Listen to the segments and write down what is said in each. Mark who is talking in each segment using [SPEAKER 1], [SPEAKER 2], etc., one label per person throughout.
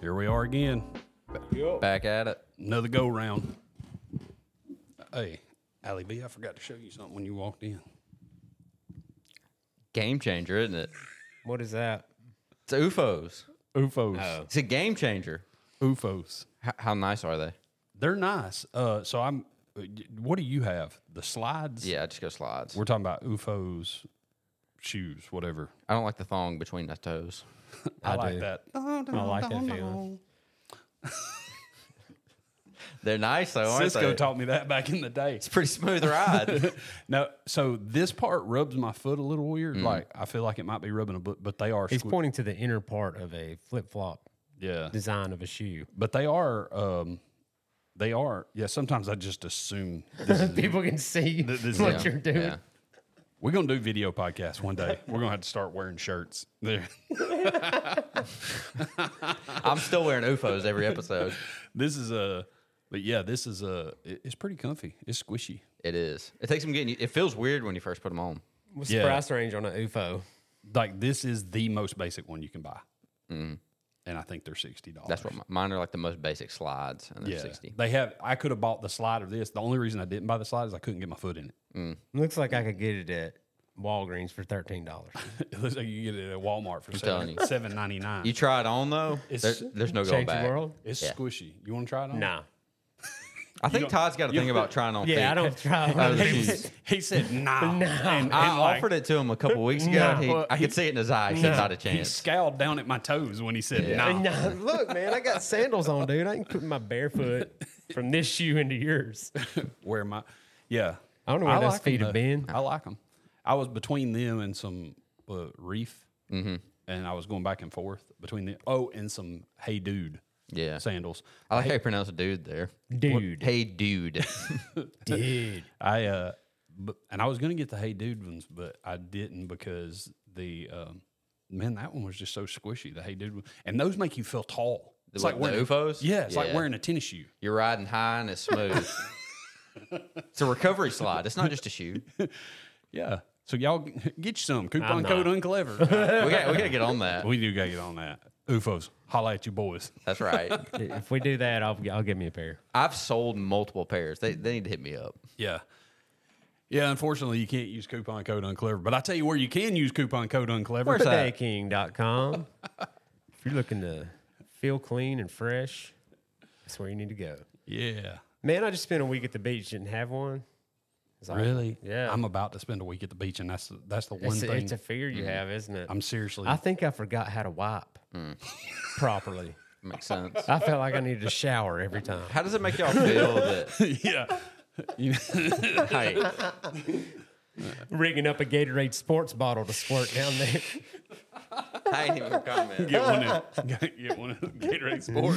[SPEAKER 1] Here we are again.
[SPEAKER 2] Back at it.
[SPEAKER 1] Another go round. Hey, Allie B, I forgot to show you something when you walked in.
[SPEAKER 2] Game changer, isn't it?
[SPEAKER 3] What is that? Oh.
[SPEAKER 2] It's UFOs.
[SPEAKER 1] UFOs.
[SPEAKER 2] It's a game changer.
[SPEAKER 1] UFOs.
[SPEAKER 2] H- how nice are they?
[SPEAKER 1] They're nice. Uh, so I'm. What do you have? The slides.
[SPEAKER 2] Yeah, I just go slides.
[SPEAKER 1] We're talking about UFOs, shoes, whatever.
[SPEAKER 2] I don't like the thong between my toes.
[SPEAKER 1] I, like that.
[SPEAKER 3] I like that feeling.
[SPEAKER 2] They're nice though, aren't
[SPEAKER 1] Cisco
[SPEAKER 2] they?
[SPEAKER 1] taught me that back in the day.
[SPEAKER 2] it's a pretty smooth ride.
[SPEAKER 1] No, so this part rubs my foot a little weird. Like I feel like it might be rubbing a boot, but they are.
[SPEAKER 3] He's
[SPEAKER 1] squi-
[SPEAKER 3] pointing to the inner part of a flip flop
[SPEAKER 1] yeah,
[SPEAKER 3] design of a shoe.
[SPEAKER 1] but they are. Um, they are. Yeah. Sometimes I just assume this is
[SPEAKER 3] People can see
[SPEAKER 1] this-
[SPEAKER 3] what
[SPEAKER 1] yeah,
[SPEAKER 3] you're doing.
[SPEAKER 2] yeah.
[SPEAKER 1] We're gonna do video podcasts one day. We're gonna have to start wearing shirts. There.
[SPEAKER 2] I'm still wearing UFOs every episode.
[SPEAKER 1] This is a, but yeah, this is a. it- It's pretty comfy. It's squishy.
[SPEAKER 2] It is. It takes some getting. you- It feels weird when you first put them on.
[SPEAKER 3] What's
[SPEAKER 1] Yeah.
[SPEAKER 3] the price range on an UFO?
[SPEAKER 1] Like this is the most basic one you can buy, and I think they're sixty dollars.
[SPEAKER 2] Mm. That's what mi- mine are like the most basic slides, and they're sixty.
[SPEAKER 1] They have. I could have bought the slide of this. The only reason I didn't buy the slide is I couldn't get my foot in it.
[SPEAKER 3] Looks like I could get it at Walgreens for thirteen dollars.
[SPEAKER 1] It looks like you get it at Walmart for
[SPEAKER 2] Mm. telling
[SPEAKER 1] seven
[SPEAKER 2] you.
[SPEAKER 1] seven ninety nine.
[SPEAKER 2] You try it on though.
[SPEAKER 1] It's-
[SPEAKER 2] there- there's no going
[SPEAKER 3] Change the
[SPEAKER 2] back.
[SPEAKER 3] world?
[SPEAKER 1] It's
[SPEAKER 2] Yeah.
[SPEAKER 1] squishy. You want to try it on?
[SPEAKER 3] Nah.
[SPEAKER 2] I think Todd's got a thing about trying on. feet.
[SPEAKER 3] Yeah, I don't try.
[SPEAKER 2] Oh,
[SPEAKER 3] He
[SPEAKER 2] geez.
[SPEAKER 3] was-
[SPEAKER 1] He said nah.
[SPEAKER 3] Nah.
[SPEAKER 1] And, and
[SPEAKER 2] I
[SPEAKER 1] like,
[SPEAKER 2] offered it to him a couple weeks ago. and he,
[SPEAKER 3] Nah.
[SPEAKER 2] I could see it in his eyes. He not a
[SPEAKER 1] He
[SPEAKER 2] chance.
[SPEAKER 1] scowled down at my toes when he said nah.
[SPEAKER 3] Nah, look, man, I got sandals on, dude. I can put my barefoot from this shoe into yours.
[SPEAKER 1] Where am I? Yeah.
[SPEAKER 3] I don't know where those feet
[SPEAKER 1] them,
[SPEAKER 3] have
[SPEAKER 1] though.
[SPEAKER 3] been.
[SPEAKER 1] I like them. I was between them and some uh, reef,
[SPEAKER 3] Mm-hmm.
[SPEAKER 1] and I was going back and forth between the oh and some hey dude
[SPEAKER 2] Yeah.
[SPEAKER 1] sandals.
[SPEAKER 2] I like how you pronounce dude there.
[SPEAKER 3] Dude.
[SPEAKER 2] Hey, dude.
[SPEAKER 3] Dude.
[SPEAKER 1] I uh, but, and I was gonna get the hey dude ones, but I didn't because the um, man that one was just so squishy. The hey dude, one. and those make you feel tall. It's
[SPEAKER 2] what, the UFOs?
[SPEAKER 1] Yeah, it's like
[SPEAKER 2] Yeah.
[SPEAKER 1] wearing a tennis shoe.
[SPEAKER 2] You're riding high and it's smooth. it's a recovery slide. It's not just a shoe. We
[SPEAKER 1] Yeah. So y'all g- get you some coupon
[SPEAKER 3] not.
[SPEAKER 1] code unclever.
[SPEAKER 2] got we got to get on that.
[SPEAKER 1] we do gotta get on that. UFOs, holla at you boys.
[SPEAKER 2] That's right.
[SPEAKER 3] If we do that, I'll, I'll give me a pair.
[SPEAKER 2] I've sold multiple pairs. They they need to hit me up.
[SPEAKER 1] Yeah. Yeah, unfortunately, you can't use coupon code unclever. But I tell you where you can use coupon code unclever.
[SPEAKER 2] Where's that?
[SPEAKER 3] TodayKing.com. if you're looking to feel clean and fresh, that's where you need to go.
[SPEAKER 1] Yeah.
[SPEAKER 3] Man, I just spent a week at the beach and have one. It's awful.
[SPEAKER 1] Really?
[SPEAKER 3] Yeah.
[SPEAKER 1] I'm about to spend a week at the beach, and that's the, that's the one
[SPEAKER 3] It's, a,
[SPEAKER 1] thing. Mm.
[SPEAKER 3] it's a fear you have, isn't it?
[SPEAKER 1] I'm seriously. Mm.
[SPEAKER 3] I think I forgot how to wipe properly.
[SPEAKER 2] Makes sense.
[SPEAKER 3] I felt like I needed a shower every time.
[SPEAKER 2] How does it make y'all feel that?
[SPEAKER 1] yeah.
[SPEAKER 2] Hey,
[SPEAKER 3] Rigging up a Gatorade sports bottle to squirt down there.
[SPEAKER 2] I ain't even gonna comment.
[SPEAKER 1] Get one of get one of Gatorade Sport.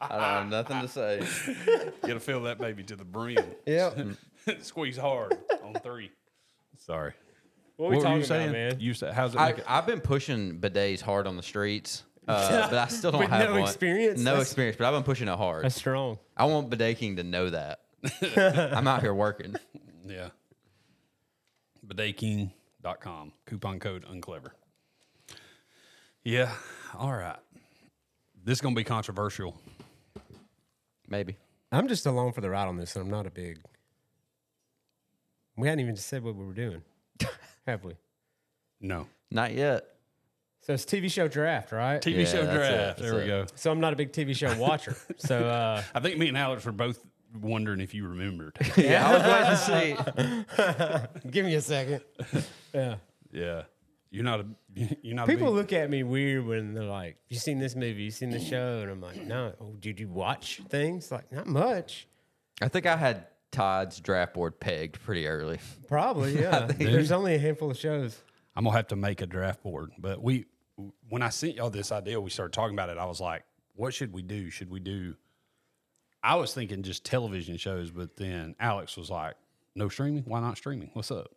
[SPEAKER 2] I don't have nothing to say.
[SPEAKER 1] Gotta fill that baby to the brim.
[SPEAKER 3] yep.
[SPEAKER 1] Squeeze hard on three. Sorry.
[SPEAKER 3] What we
[SPEAKER 1] were
[SPEAKER 3] talking
[SPEAKER 1] you
[SPEAKER 3] about,
[SPEAKER 1] saying?
[SPEAKER 3] man?
[SPEAKER 1] You said, how's it?
[SPEAKER 2] I,
[SPEAKER 1] make it-
[SPEAKER 2] I've been pushing bidets hard on the streets, uh, but I still don't
[SPEAKER 3] With
[SPEAKER 2] have
[SPEAKER 3] no
[SPEAKER 2] one.
[SPEAKER 3] experience?
[SPEAKER 2] No
[SPEAKER 3] That's-
[SPEAKER 2] experience, but I've been pushing it hard.
[SPEAKER 3] That's strong.
[SPEAKER 2] I want Bidet King to know that. I'm out here working.
[SPEAKER 1] Yeah. Bidetking.com. Coupon code unclever. Yeah. All right. This is going to be controversial.
[SPEAKER 2] Maybe.
[SPEAKER 3] I'm just along for the ride on this, and I'm not a big. We hadn't even said what we were doing, have we?
[SPEAKER 1] No.
[SPEAKER 2] Not yet.
[SPEAKER 3] So it's TV show draft, right?
[SPEAKER 1] TV
[SPEAKER 2] Yeah,
[SPEAKER 1] show
[SPEAKER 2] that's it,
[SPEAKER 1] draft.
[SPEAKER 2] that's
[SPEAKER 1] There we
[SPEAKER 2] it.
[SPEAKER 1] go.
[SPEAKER 3] so I'm not a big TV show watcher. so uh,
[SPEAKER 1] I think me and Alex were both wondering if you remembered.
[SPEAKER 2] Yeah, I was glad to see.
[SPEAKER 3] give me a second. Yeah.
[SPEAKER 1] yeah. You're not a. You're not
[SPEAKER 3] People
[SPEAKER 1] a big,
[SPEAKER 3] look at me weird when they're like, "You seen this movie? You seen the show?" And I'm like, "No." Oh, did you watch things? Like, not much.
[SPEAKER 2] I think I had Todd's draft board pegged pretty early.
[SPEAKER 3] Probably. Yeah. There's only a handful of shows.
[SPEAKER 1] I'm gonna have to make a draft board. But we, when I sent y'all this idea, we started talking about it. I was like, "What should we do? Should we do?" I was thinking just television shows, but then Alex was like, "No streaming? Why not streaming? What's up?"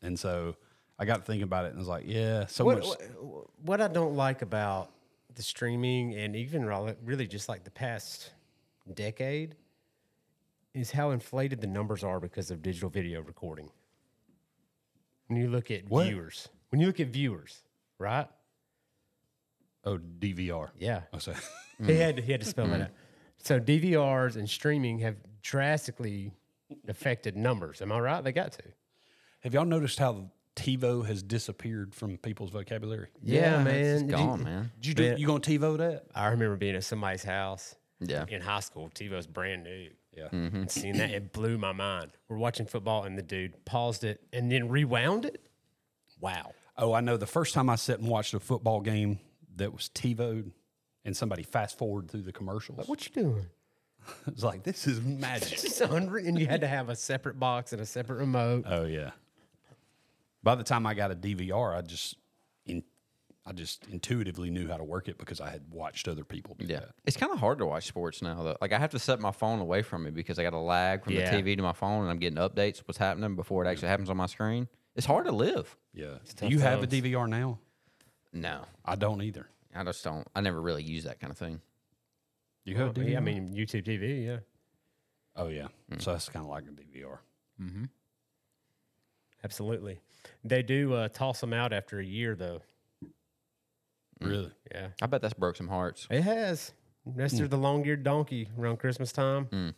[SPEAKER 1] And so I got to thinking about it and was like, "Yeah, so
[SPEAKER 3] What,
[SPEAKER 1] much."
[SPEAKER 3] what what I don't like about the streaming and even rel- really just like the past decade is how inflated the numbers are because of digital video recording. When you look at
[SPEAKER 1] What?
[SPEAKER 3] viewers, when you look at viewers, right?
[SPEAKER 1] Oh, DVR.
[SPEAKER 3] Yeah.
[SPEAKER 1] I say,
[SPEAKER 3] He had he had to spell that out. So DVRs and streaming have drastically affected numbers. Am I right? They got to.
[SPEAKER 1] have y'all noticed how TiVo has disappeared from people's vocabulary?
[SPEAKER 2] It's
[SPEAKER 3] Did you-
[SPEAKER 2] gone, man.
[SPEAKER 1] Did you do,
[SPEAKER 3] Yeah.
[SPEAKER 1] you gonna TiVo that?
[SPEAKER 3] I remember being at somebody's house
[SPEAKER 2] Yeah.
[SPEAKER 3] in high school. TiVo's brand new. Mm-hmm.
[SPEAKER 1] Yeah.
[SPEAKER 3] And seeing that, it blew my mind. We're watching football, and the dude paused it and then rewound it. Wow.
[SPEAKER 1] Oh, I know. The first time I sat and watched a football game that was TiVo'd and somebody fast forward through the commercials,
[SPEAKER 3] What you doing?
[SPEAKER 1] it was like, this is magic.
[SPEAKER 3] Just hundred, and you had to have a separate box and a separate remote.
[SPEAKER 1] oh yeah. By the time I got a DVR, I just in, I just intuitively knew how to work it because I had watched other people do
[SPEAKER 2] Yeah.
[SPEAKER 1] that.
[SPEAKER 2] It's kind of hard to watch sports now, though. Like, I have to set my phone away from it because I got a lag from
[SPEAKER 3] Yeah.
[SPEAKER 2] the TV to my phone and I'm getting updates of what's happening before it actually happens on my screen. It's hard to live.
[SPEAKER 1] Yeah. Do you have a DVR now?
[SPEAKER 2] No,
[SPEAKER 1] I don't either.
[SPEAKER 2] I just don't. I never really use that kind of thing.
[SPEAKER 1] You have a
[SPEAKER 3] Yeah,
[SPEAKER 1] DVR?
[SPEAKER 3] I mean YouTube TV. Yeah,
[SPEAKER 1] oh yeah. So that's kind of like a DVR.
[SPEAKER 3] absolutely. They do uh, toss them out after a year, though.
[SPEAKER 1] Really?
[SPEAKER 3] Yeah,
[SPEAKER 2] I bet that's broke some hearts.
[SPEAKER 3] it has. Nestor the long-eared donkey around Christmas time.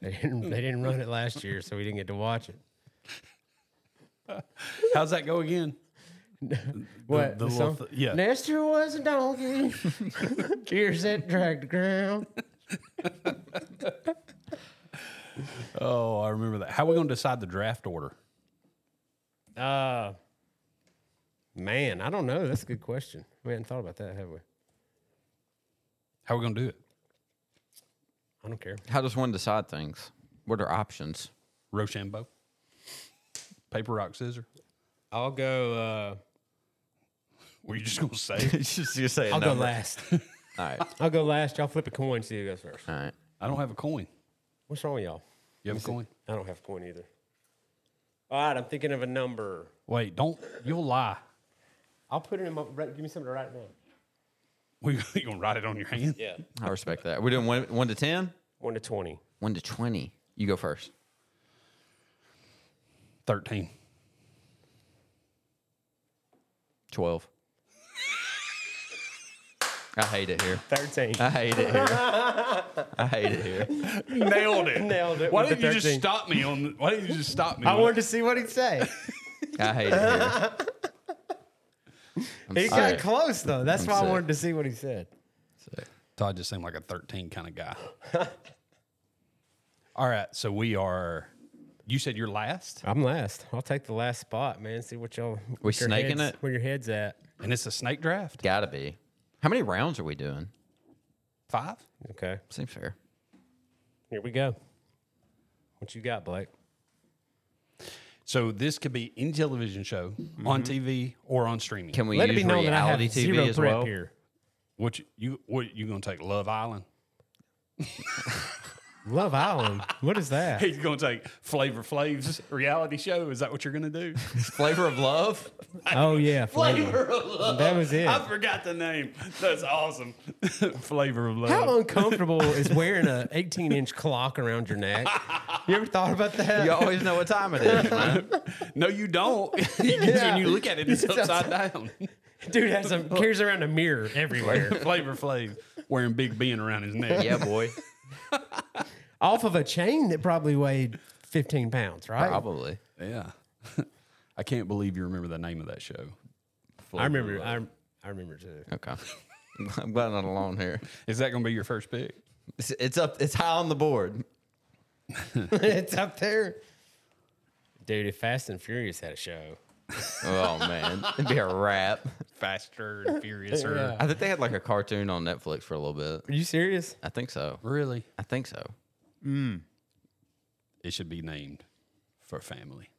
[SPEAKER 3] They didn't. They didn't run it last year, so we didn't get to watch it.
[SPEAKER 1] How's that go again?
[SPEAKER 3] What?
[SPEAKER 1] the little
[SPEAKER 3] the song?
[SPEAKER 1] th- yeah.
[SPEAKER 3] Nestor was a donkey. Ears that dragged the ground.
[SPEAKER 1] Oh, I remember that. How are we gonna decide the draft order?
[SPEAKER 3] Uh, man, I don't know. That's a good question. We hadn't thought about that, have we?
[SPEAKER 1] How are we gonna do it?
[SPEAKER 3] I don't care.
[SPEAKER 2] How does one decide things? What are options?
[SPEAKER 1] Rochambeau. Paper, rock, scissor.
[SPEAKER 3] I'll go. Uh,
[SPEAKER 1] Were you just gonna say?
[SPEAKER 2] just you say
[SPEAKER 3] I'll go last.
[SPEAKER 2] All right.
[SPEAKER 3] I'll go last. Y'all flip a coin. See who goes first.
[SPEAKER 2] All right.
[SPEAKER 1] I don't have a coin.
[SPEAKER 3] What's wrong with y'all?
[SPEAKER 1] You have a coin?
[SPEAKER 3] I don't have a coin either. All right, I'm thinking of a number.
[SPEAKER 1] Wait, don't you'll lie.
[SPEAKER 3] I'll put it in my. right- Give me something to write down.
[SPEAKER 1] We you gonna write it on your hand?
[SPEAKER 3] Yeah.
[SPEAKER 2] I respect that. We're doing one, one to 10,
[SPEAKER 3] One to twenty.
[SPEAKER 2] one to 20. You go first.
[SPEAKER 1] Thirteen.
[SPEAKER 2] 12. I hate it here.
[SPEAKER 3] Thirteen.
[SPEAKER 2] I hate it here. I hate it here.
[SPEAKER 1] Nailed it.
[SPEAKER 3] Nailed it
[SPEAKER 1] Why
[SPEAKER 3] with the
[SPEAKER 1] didn't you just
[SPEAKER 3] 13.
[SPEAKER 1] stop me on the, why didn't you just stop me?
[SPEAKER 3] I
[SPEAKER 1] on-
[SPEAKER 3] wanted to see what he'd say.
[SPEAKER 2] I hate it here. I'm
[SPEAKER 3] He got
[SPEAKER 2] sick.
[SPEAKER 3] close though. That's why I
[SPEAKER 2] sick.
[SPEAKER 3] wanted to see what he said.
[SPEAKER 2] Sick.
[SPEAKER 1] Todd just seemed like a thirteen kind of guy. All right, so we are you said you're last?
[SPEAKER 3] I'm last. I'll take the last spot, man. See what y'all.
[SPEAKER 2] We
[SPEAKER 3] what your
[SPEAKER 2] snaking it?
[SPEAKER 3] heads- Where your head's at?
[SPEAKER 1] And it's a snake draft?
[SPEAKER 2] Gotta be. How many rounds are we doing?
[SPEAKER 1] Five?
[SPEAKER 3] Okay.
[SPEAKER 2] Seems fair.
[SPEAKER 3] Here we go. What you got, Blake?
[SPEAKER 1] So this could be any television show on TV or on streaming.
[SPEAKER 2] Can we
[SPEAKER 3] Let it
[SPEAKER 2] use
[SPEAKER 3] be known that I have
[SPEAKER 2] reality
[SPEAKER 3] zero
[SPEAKER 2] TV as
[SPEAKER 3] prep
[SPEAKER 2] well?
[SPEAKER 3] here.
[SPEAKER 1] what you, you what you gonna take? Love Island?
[SPEAKER 3] Love Island. What is that?
[SPEAKER 1] He's gonna take Flavor Flav's reality show? Is that what you're gonna do?
[SPEAKER 2] Flavor of Love?
[SPEAKER 3] Oh yeah, flavor.
[SPEAKER 1] of Love.
[SPEAKER 3] That was it.
[SPEAKER 1] I forgot the name. That's awesome. Flavor of Love.
[SPEAKER 3] How uncomfortable is wearing a 18 inch clock around your neck? You ever thought about that?
[SPEAKER 2] You always know what time it is, man.
[SPEAKER 1] No, you don't.
[SPEAKER 3] Yeah.
[SPEAKER 1] When you look at it, it's upside down.
[SPEAKER 3] Dude has a, carries around a mirror everywhere.
[SPEAKER 1] Flavor Flav wearing Big Ben around his neck.
[SPEAKER 2] Yeah, boy.
[SPEAKER 3] Off of a chain that probably weighed 15 pounds, right?
[SPEAKER 2] Probably.
[SPEAKER 1] Yeah. I can't believe you remember the name of that show.
[SPEAKER 3] I remember. I, I remember too.
[SPEAKER 2] Okay. I'm glad I'm not alone here.
[SPEAKER 1] Is that gonna be your first pick?
[SPEAKER 2] It's, it's up. It's high on the board.
[SPEAKER 3] it's up there. Dude, if Fast and Furious had a show,
[SPEAKER 2] Oh man, it'd be a wrap.
[SPEAKER 1] Faster and Furiouser.
[SPEAKER 3] Yeah.
[SPEAKER 2] I think they had like a cartoon on Netflix for a little
[SPEAKER 3] are
[SPEAKER 2] bit.
[SPEAKER 3] you serious?
[SPEAKER 2] I think so.
[SPEAKER 1] Really?
[SPEAKER 2] I think so.
[SPEAKER 1] It should be named for family.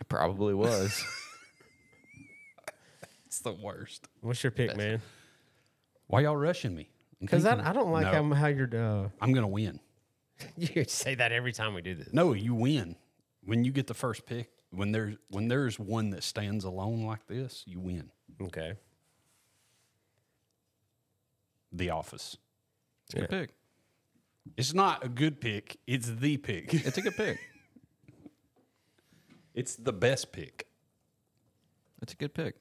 [SPEAKER 2] It probably was.
[SPEAKER 1] It's the worst.
[SPEAKER 3] What's your pick, man?
[SPEAKER 1] Why y'all rushing me?
[SPEAKER 3] Because I, I don't like
[SPEAKER 1] No.
[SPEAKER 3] how, how you're. Uh,
[SPEAKER 1] I'm gonna win.
[SPEAKER 3] you say that every time we do this.
[SPEAKER 1] No, you win when you get the first pick. When there's when there's one that stands alone like this, you win.
[SPEAKER 3] Okay.
[SPEAKER 1] The Office.
[SPEAKER 2] It's a good pick.
[SPEAKER 1] It's not a good pick. It's the pick.
[SPEAKER 2] It's a good pick.
[SPEAKER 1] It's the best pick.
[SPEAKER 2] It's a good pick.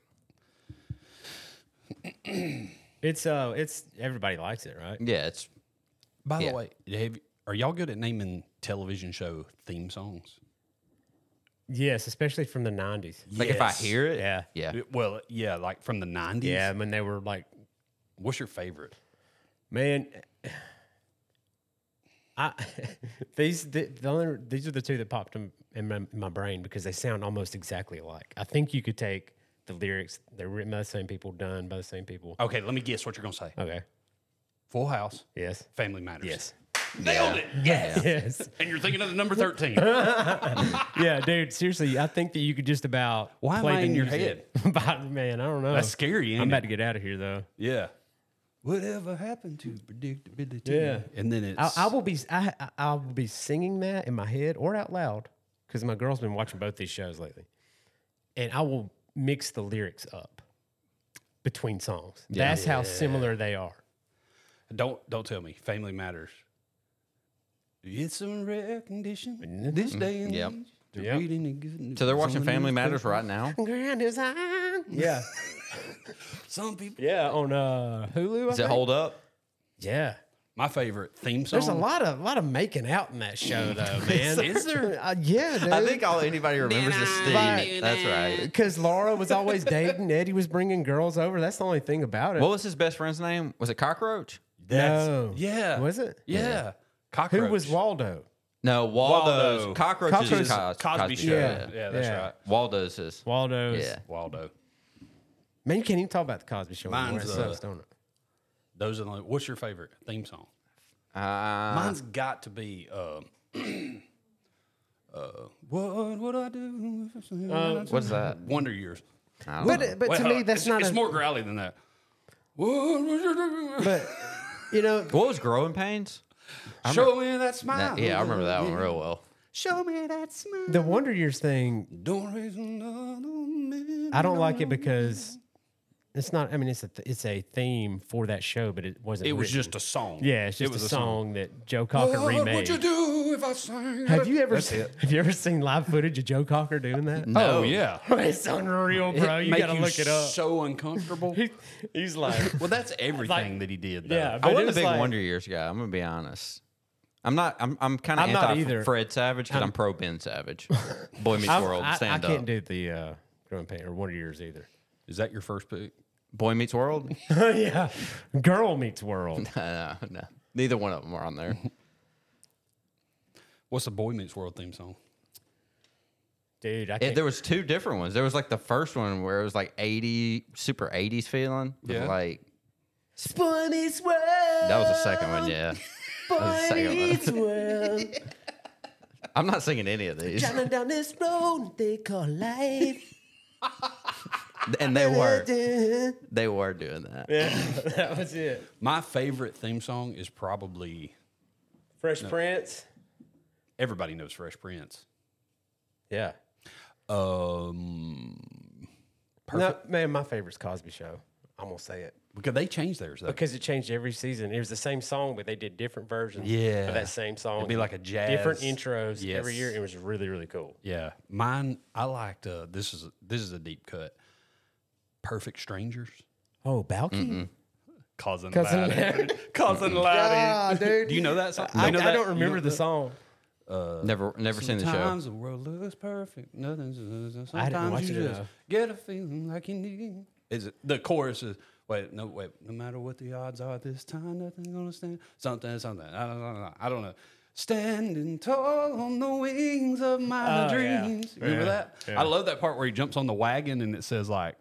[SPEAKER 3] It's uh, it's everybody likes it, right?
[SPEAKER 2] Yeah, it's
[SPEAKER 1] By
[SPEAKER 2] Yeah.
[SPEAKER 1] the way, have, are y'all good at naming television show theme songs?
[SPEAKER 3] Yes, especially from the '90s.
[SPEAKER 2] like if I
[SPEAKER 1] Yes.
[SPEAKER 2] hear it,
[SPEAKER 3] Yeah.
[SPEAKER 2] yeah,
[SPEAKER 1] It- Well, yeah, like from the nineties.
[SPEAKER 3] Yeah, when they were like,
[SPEAKER 1] What's your favorite?
[SPEAKER 3] man, I these the, the only, these are the two that popped in, in, my, in my brain because they sound almost exactly alike. I think you could take the lyrics; they're written by the same people, done by the same people.
[SPEAKER 1] Okay, let me guess what you're gonna say.
[SPEAKER 3] Okay.
[SPEAKER 1] Full House,
[SPEAKER 3] Yes.
[SPEAKER 1] Family Matters.
[SPEAKER 3] Yes.
[SPEAKER 1] nailed it. Yes.
[SPEAKER 3] Yes.
[SPEAKER 1] And you're thinking of the number thirteen.
[SPEAKER 3] yeah, dude. Seriously, I think that you could just about
[SPEAKER 1] Why am
[SPEAKER 3] play
[SPEAKER 1] I
[SPEAKER 3] the
[SPEAKER 1] in your
[SPEAKER 3] music. But, man, I don't know.
[SPEAKER 1] That's scary. Ain't
[SPEAKER 3] I'm
[SPEAKER 1] it?
[SPEAKER 3] about to get out of here though.
[SPEAKER 1] Yeah. Whatever happened to predictability?
[SPEAKER 3] Yeah.
[SPEAKER 1] And then it's
[SPEAKER 3] I, I will be I I- I will be singing that in my head or out loud because my girl's been watching both these shows lately, and I will mix the lyrics up between songs. That's how similar they are.
[SPEAKER 1] don't don't tell me. Family matters. It's in rare condition this day and
[SPEAKER 2] Mm-hmm. Yep.
[SPEAKER 1] age. They're
[SPEAKER 3] Yep.
[SPEAKER 1] reading the good-
[SPEAKER 2] So they're watching
[SPEAKER 1] some of the
[SPEAKER 2] Family Matters
[SPEAKER 1] newspapers.
[SPEAKER 2] right now.
[SPEAKER 3] Grand design. Yeah,
[SPEAKER 1] Some people.
[SPEAKER 3] yeah. On uh, Hulu. I
[SPEAKER 2] Does it
[SPEAKER 3] think?
[SPEAKER 2] hold up?
[SPEAKER 3] Yeah.
[SPEAKER 1] My favorite theme song.
[SPEAKER 3] There's a lot of lot of making out in that show though, man.
[SPEAKER 1] Is there?
[SPEAKER 3] Uh, yeah, dude.
[SPEAKER 2] I think all anybody remembers is Steve.
[SPEAKER 3] Right.
[SPEAKER 2] That's right.
[SPEAKER 3] because Laura was always dating, Eddie was bringing girls over. That's the only thing about it.
[SPEAKER 2] What was his best friend's name? Was it Cockroach?
[SPEAKER 1] That's,
[SPEAKER 3] No.
[SPEAKER 1] Yeah.
[SPEAKER 3] Was it?
[SPEAKER 1] Yeah.
[SPEAKER 3] Who
[SPEAKER 1] Cockroach.
[SPEAKER 3] was Waldo?
[SPEAKER 2] No, Waldo's.
[SPEAKER 1] Waldo.
[SPEAKER 2] Cockroach
[SPEAKER 3] Cockroach-
[SPEAKER 2] is Cos-
[SPEAKER 1] Cosby, Show.
[SPEAKER 3] Yeah.
[SPEAKER 1] Yeah, that's
[SPEAKER 3] Yeah.
[SPEAKER 1] right.
[SPEAKER 2] Waldo's is.
[SPEAKER 3] Waldo's.
[SPEAKER 2] Yeah.
[SPEAKER 1] Waldo.
[SPEAKER 3] Man, you can't even talk about the Cosby Show anymore.
[SPEAKER 1] Mine's,
[SPEAKER 3] That
[SPEAKER 1] uh,
[SPEAKER 3] sucks, don't it?
[SPEAKER 1] Those are the. What's your favorite theme song?
[SPEAKER 2] Uh,
[SPEAKER 1] Mine's got to be. Um, uh, what would I do? if I-
[SPEAKER 3] Uh,
[SPEAKER 2] what's that?
[SPEAKER 1] Wonder Years.
[SPEAKER 2] I don't know.
[SPEAKER 3] But but to
[SPEAKER 1] Well,
[SPEAKER 3] me, that's
[SPEAKER 1] it's,
[SPEAKER 3] not
[SPEAKER 1] It's
[SPEAKER 3] a.
[SPEAKER 1] more growly than that. What would I do?
[SPEAKER 3] but you know,
[SPEAKER 2] What was Growing Pains?
[SPEAKER 1] Show me that smile.
[SPEAKER 2] That- yeah, I remember that one real well.
[SPEAKER 1] Show me that smile.
[SPEAKER 3] the Wonder Years thing,
[SPEAKER 1] Don't raise another minute.
[SPEAKER 3] I don't like it because it's not. I mean, it's a th- it's a theme for that show, but it wasn't.
[SPEAKER 1] It was
[SPEAKER 3] written.
[SPEAKER 1] just a song.
[SPEAKER 3] yeah, it's just
[SPEAKER 1] it was
[SPEAKER 3] a, song, that Joe Cocker
[SPEAKER 1] What would
[SPEAKER 3] remade.
[SPEAKER 1] you do if I sang?
[SPEAKER 3] have you ever se- have you ever seen live footage of Joe Cocker doing that?
[SPEAKER 1] Oh yeah,
[SPEAKER 3] it's unreal, bro. Oh, You
[SPEAKER 1] Make
[SPEAKER 3] gotta look it up.
[SPEAKER 1] So uncomfortable.
[SPEAKER 3] He- he's like,
[SPEAKER 1] well, that's everything that he did. Though.
[SPEAKER 3] yeah.
[SPEAKER 2] I
[SPEAKER 3] but it
[SPEAKER 2] wasn't a
[SPEAKER 3] was
[SPEAKER 2] big
[SPEAKER 3] like-
[SPEAKER 2] Wonder Years guy. I'm gonna be honest. I'm not. I'm. I'm kind of
[SPEAKER 3] I'm not
[SPEAKER 2] anti
[SPEAKER 3] either.
[SPEAKER 2] Fred Savage because I'm, pro Ben Savage. Boy Meets
[SPEAKER 3] I'm-
[SPEAKER 2] World.
[SPEAKER 3] I, I
[SPEAKER 2] Stand
[SPEAKER 3] can't
[SPEAKER 2] up.
[SPEAKER 3] do the uh, growing pain or Wonder Years either.
[SPEAKER 1] Is that your first pick?
[SPEAKER 2] Boy Meets World.
[SPEAKER 3] yeah, girl meets world.
[SPEAKER 2] no, no. Neither one of them are on there.
[SPEAKER 1] What's the Boy Meets World theme song?
[SPEAKER 3] Dude, I
[SPEAKER 2] It,
[SPEAKER 3] can't.
[SPEAKER 2] there was two different ones. There was like the first one where it was like eighty super eighties feeling. with,
[SPEAKER 1] Yeah.
[SPEAKER 2] Like
[SPEAKER 3] Boy meets world.
[SPEAKER 2] that was the second one. Yeah. That was the second one.
[SPEAKER 3] world.
[SPEAKER 2] I'm not singing any of these.
[SPEAKER 3] down this road they call life.
[SPEAKER 2] And they were. They were doing that.
[SPEAKER 3] that was it.
[SPEAKER 1] My favorite theme song is probably
[SPEAKER 3] Fresh Prince.
[SPEAKER 1] everybody knows Fresh Prince.
[SPEAKER 3] Yeah.
[SPEAKER 1] Um,
[SPEAKER 3] No, man, my favorite's Cosby Show. I'm gonna say it
[SPEAKER 1] because they changed theirs though.
[SPEAKER 3] because it changed every season. It was the same song, but they did different versions.
[SPEAKER 1] Yeah.
[SPEAKER 3] of that same song.
[SPEAKER 1] It'd be like a jazz-
[SPEAKER 3] different intros
[SPEAKER 1] Yes.
[SPEAKER 3] every year. It was really really cool.
[SPEAKER 1] Yeah, mine. I liked. Uh, this is this is a deep cut. Perfect strangers.
[SPEAKER 3] Oh, Balky.
[SPEAKER 2] Mm-hmm.
[SPEAKER 1] Cousin,
[SPEAKER 3] Cousin
[SPEAKER 1] Laddie.
[SPEAKER 3] Laddie.
[SPEAKER 1] Cousin Laddie.
[SPEAKER 3] dude.
[SPEAKER 1] Do you know that song?
[SPEAKER 3] I,
[SPEAKER 1] You know
[SPEAKER 3] I
[SPEAKER 1] that-
[SPEAKER 3] don't
[SPEAKER 1] you
[SPEAKER 3] remember
[SPEAKER 1] know
[SPEAKER 3] the
[SPEAKER 1] that?
[SPEAKER 3] song.
[SPEAKER 2] Never never seen the show.
[SPEAKER 1] Sometimes the world looks perfect. Nothing's. Sometimes
[SPEAKER 3] I didn't watch
[SPEAKER 1] you
[SPEAKER 3] it uh,
[SPEAKER 1] just
[SPEAKER 3] enough.
[SPEAKER 1] get a feeling like you need. Is it the chorus is wait no wait no matter what the odds are this time nothing's gonna stand something something I don't know I don't know standing tall on the wings of my
[SPEAKER 3] Oh, yeah.
[SPEAKER 1] dreams remember
[SPEAKER 3] Yeah,
[SPEAKER 1] that I love that part where he jumps on the wagon and it says like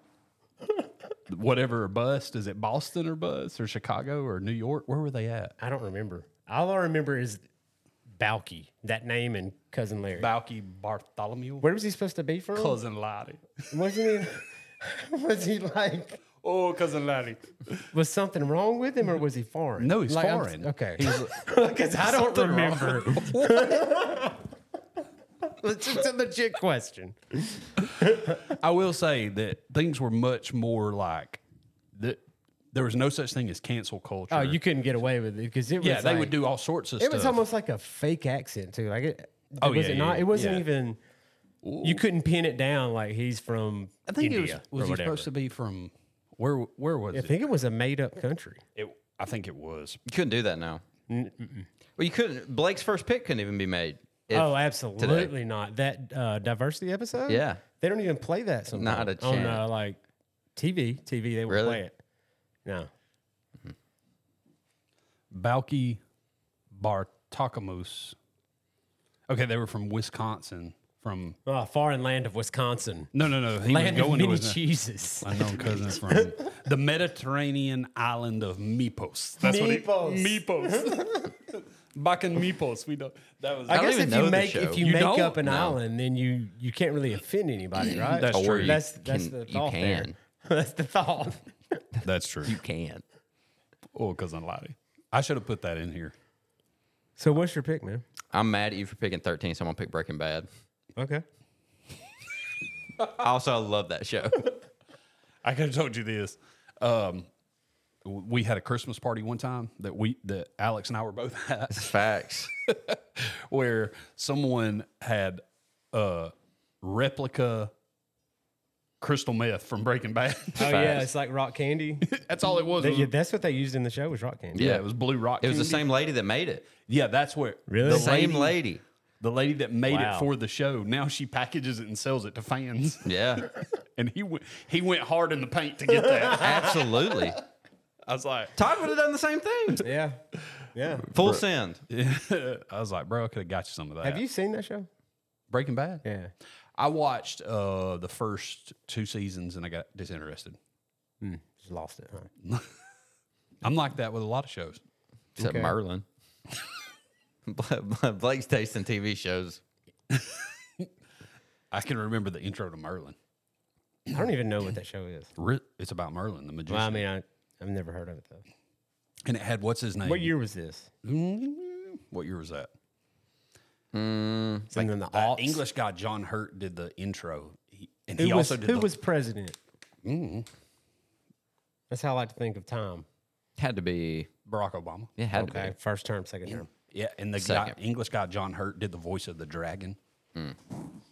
[SPEAKER 1] whatever bust is it Boston or bust or Chicago or New York where were they at
[SPEAKER 3] I don't remember. All I remember is Balky, that name, and cousin Larry.
[SPEAKER 1] Balky Bartholomew
[SPEAKER 3] Where was he supposed to be from?
[SPEAKER 1] cousin Lottie
[SPEAKER 3] Wasn't he? was he like?
[SPEAKER 1] oh cousin Lottie.
[SPEAKER 3] Was something wrong with him, or was he foreign?
[SPEAKER 1] No, he's
[SPEAKER 3] Like, I'm-
[SPEAKER 1] foreign.
[SPEAKER 3] okay, because I don't remember. It's just a legit question.
[SPEAKER 1] I will say that things were much more like that. There was no such thing as cancel culture.
[SPEAKER 3] Oh, you couldn't get away with it because it was.
[SPEAKER 1] yeah, they
[SPEAKER 3] like-
[SPEAKER 1] would do all sorts of
[SPEAKER 3] It
[SPEAKER 1] stuff.
[SPEAKER 3] was almost like a fake accent too. Like it.
[SPEAKER 1] Oh,
[SPEAKER 3] was
[SPEAKER 1] yeah,
[SPEAKER 3] it
[SPEAKER 1] yeah,
[SPEAKER 3] not?
[SPEAKER 1] yeah,
[SPEAKER 3] It wasn't
[SPEAKER 1] yeah.
[SPEAKER 3] even. You couldn't pin it down like he's from.
[SPEAKER 1] I think
[SPEAKER 3] India
[SPEAKER 1] it was. Was
[SPEAKER 3] or
[SPEAKER 1] he
[SPEAKER 3] whatever.
[SPEAKER 1] supposed to be from Where where was
[SPEAKER 3] I
[SPEAKER 1] it?
[SPEAKER 3] think it was a made up country.
[SPEAKER 1] it? I think it was.
[SPEAKER 2] You couldn't do that now. Well, you couldn't. Blake's first pick couldn't even be made. if-
[SPEAKER 3] oh, absolutely not. That uh, diversity episode?
[SPEAKER 2] Yeah.
[SPEAKER 3] They don't even play that sometimes.
[SPEAKER 2] Not a
[SPEAKER 3] On uh,
[SPEAKER 2] chance.
[SPEAKER 3] like TV. TV, they would
[SPEAKER 2] Really?
[SPEAKER 3] play it. No.
[SPEAKER 1] Balky Bartakamus. Okay, they were from Wisconsin. From
[SPEAKER 3] Oh, foreign land of Wisconsin.
[SPEAKER 1] no, no, no. He
[SPEAKER 3] land
[SPEAKER 1] was
[SPEAKER 3] of
[SPEAKER 1] going to
[SPEAKER 3] many
[SPEAKER 1] his
[SPEAKER 3] cheeses.
[SPEAKER 1] my known cousin from the Mediterranean island of Mipos. That's what it, Mipos. Back in Mipos, we don't. That was
[SPEAKER 3] I,
[SPEAKER 2] I don't
[SPEAKER 3] guess
[SPEAKER 2] even
[SPEAKER 3] if
[SPEAKER 2] know
[SPEAKER 3] you
[SPEAKER 2] the
[SPEAKER 3] make
[SPEAKER 2] show.
[SPEAKER 3] if you,
[SPEAKER 1] You
[SPEAKER 3] make
[SPEAKER 1] don't?
[SPEAKER 3] up an
[SPEAKER 2] No.
[SPEAKER 3] island, then you you can't really offend anybody, right?
[SPEAKER 1] That's
[SPEAKER 2] Or
[SPEAKER 1] true.
[SPEAKER 2] you
[SPEAKER 3] that's that's
[SPEAKER 2] can-
[SPEAKER 3] the
[SPEAKER 2] you
[SPEAKER 3] thought there.
[SPEAKER 2] can.
[SPEAKER 3] that's the thought.
[SPEAKER 1] that's true.
[SPEAKER 2] You can.
[SPEAKER 1] Oh, cousin Lottie, I should have put that in here.
[SPEAKER 3] So what's your pick, man?
[SPEAKER 2] I'm mad at you for picking 13, so I'm gonna pick Breaking Bad.
[SPEAKER 3] Okay.
[SPEAKER 2] Also, I love that show.
[SPEAKER 1] I could have told you this. Um, w- we had a Christmas party one time that we that Alex and I were both at,
[SPEAKER 2] Facts.
[SPEAKER 1] where someone had a replica crystal meth from Breaking Bad.
[SPEAKER 3] Oh yeah,
[SPEAKER 2] Facts.
[SPEAKER 3] it's like rock candy.
[SPEAKER 1] that's all it was.
[SPEAKER 3] They-
[SPEAKER 1] It was-
[SPEAKER 3] yeah, that's what they used in the show was rock candy.
[SPEAKER 1] yeah. it was Blue Rock.
[SPEAKER 2] It was the
[SPEAKER 1] candy.
[SPEAKER 2] same lady that made it.
[SPEAKER 1] Yeah, that's where
[SPEAKER 3] Really?
[SPEAKER 1] the
[SPEAKER 2] The same
[SPEAKER 1] lady,
[SPEAKER 2] lady.
[SPEAKER 1] the lady that made
[SPEAKER 3] Wow.
[SPEAKER 1] it for the show. Now she packages it and sells it to fans.
[SPEAKER 2] Yeah,
[SPEAKER 1] and he went he went hard in the paint to get that.
[SPEAKER 2] absolutely.
[SPEAKER 1] I was like,
[SPEAKER 2] Todd would have done the same thing.
[SPEAKER 3] Yeah. Yeah.
[SPEAKER 2] Full send.
[SPEAKER 1] I was like, bro, I could have got you some of that.
[SPEAKER 3] Have you seen that show?
[SPEAKER 1] Breaking Bad?
[SPEAKER 3] Yeah.
[SPEAKER 1] I watched uh, the first two seasons and I got disinterested.
[SPEAKER 3] Just lost it. Huh?
[SPEAKER 1] I'm like that with a lot of shows.
[SPEAKER 2] Except
[SPEAKER 3] Okay.
[SPEAKER 2] Merlin. Bla- Blake's taste in TV shows.
[SPEAKER 1] I can remember the intro to Merlin.
[SPEAKER 3] I don't even know what that show is.
[SPEAKER 1] Re- It's about Merlin, the magician,
[SPEAKER 3] Well, I mean, I, I've never heard of it though.
[SPEAKER 1] and it had what's his name? Mm-hmm.
[SPEAKER 3] What year was this?
[SPEAKER 1] What year was that?
[SPEAKER 3] And then the
[SPEAKER 1] Uh,
[SPEAKER 3] aughts?
[SPEAKER 1] English guy John Hurt did the intro, he, and
[SPEAKER 3] Who
[SPEAKER 1] he
[SPEAKER 3] was
[SPEAKER 1] also did the,
[SPEAKER 3] who
[SPEAKER 1] Mm-hmm.
[SPEAKER 3] was president? That's how I like to think of time.
[SPEAKER 2] Had to be.
[SPEAKER 1] Barack Obama.
[SPEAKER 2] It had to
[SPEAKER 3] Okay,
[SPEAKER 2] be.
[SPEAKER 3] first term, second term.
[SPEAKER 1] Yeah, and the guy,
[SPEAKER 2] Second.
[SPEAKER 1] English guy John Hurt did the voice of the dragon.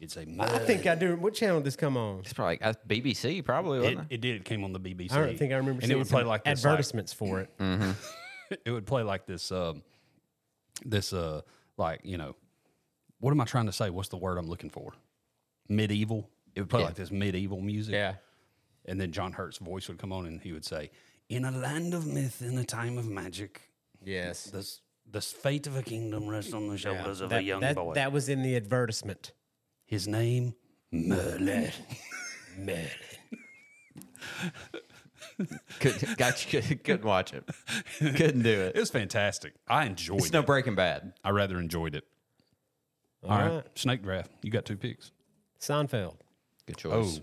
[SPEAKER 1] It's a
[SPEAKER 3] Hmm. I
[SPEAKER 1] mother.
[SPEAKER 3] think I do. What channel did this come on?
[SPEAKER 2] It's probably like, uh, BBC, probably.
[SPEAKER 1] It,
[SPEAKER 2] Wasn't it?
[SPEAKER 1] it did. It came on the BBC.
[SPEAKER 3] I don't think I remember.
[SPEAKER 1] And it
[SPEAKER 3] seeing
[SPEAKER 1] would play
[SPEAKER 3] some
[SPEAKER 1] like this, like, Mm.
[SPEAKER 3] advertisements for it.
[SPEAKER 1] it would play like this um this uh like you know what am i trying to say what's the word i'm looking for medieval it would play like this medieval music
[SPEAKER 3] Yeah.
[SPEAKER 1] and then john hurt's voice would come on and he would say in a land of myth in a time of magic
[SPEAKER 3] Yes.
[SPEAKER 1] this this fate of a kingdom rests on the shoulders of a young
[SPEAKER 3] that,
[SPEAKER 1] boy
[SPEAKER 3] that was in the advertisement.
[SPEAKER 1] his name merlin merlin
[SPEAKER 2] Couldn't, got you, couldn't, couldn't watch it. Couldn't do it.
[SPEAKER 1] it was fantastic i enjoyed
[SPEAKER 2] It's no
[SPEAKER 1] it
[SPEAKER 2] Breaking Bad.
[SPEAKER 1] i rather enjoyed it all right. snake draft you got two picks
[SPEAKER 3] Seinfeld.
[SPEAKER 2] Good choice.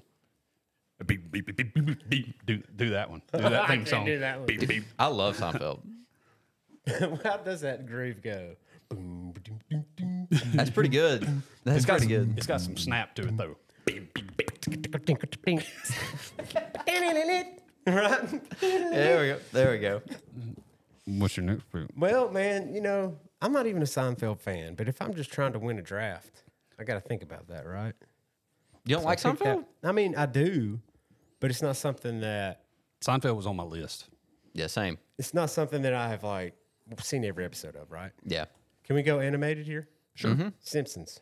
[SPEAKER 1] Beep, beep, beep, beep, beep, beep, beep. Do, do that one. Do that theme song.
[SPEAKER 3] do that one.
[SPEAKER 1] Beep, beep.
[SPEAKER 2] I love Seinfeld.
[SPEAKER 3] how does that groove go? Boom, ba-doom, doom, doom,
[SPEAKER 2] That's pretty good. That's pretty good.
[SPEAKER 1] It's got some snap to it though.
[SPEAKER 3] ticka, tinka, tink. Right?
[SPEAKER 2] There we go. There we go.
[SPEAKER 1] What's your next pick?
[SPEAKER 3] Well, man, you know, I'm not even a Seinfeld fan, but if I'm just trying to win a draft, I got to think about that, right?
[SPEAKER 2] You don't like
[SPEAKER 3] I picked
[SPEAKER 2] Seinfeld?
[SPEAKER 3] that- I mean, I do, but it's not something that
[SPEAKER 1] Seinfeld was on my list.
[SPEAKER 2] Yeah, same.
[SPEAKER 3] it's not something that I have like seen every episode of, right?
[SPEAKER 2] Yeah.
[SPEAKER 3] Can we go animated here? Sure.
[SPEAKER 1] Mm-hmm.
[SPEAKER 3] Simpsons.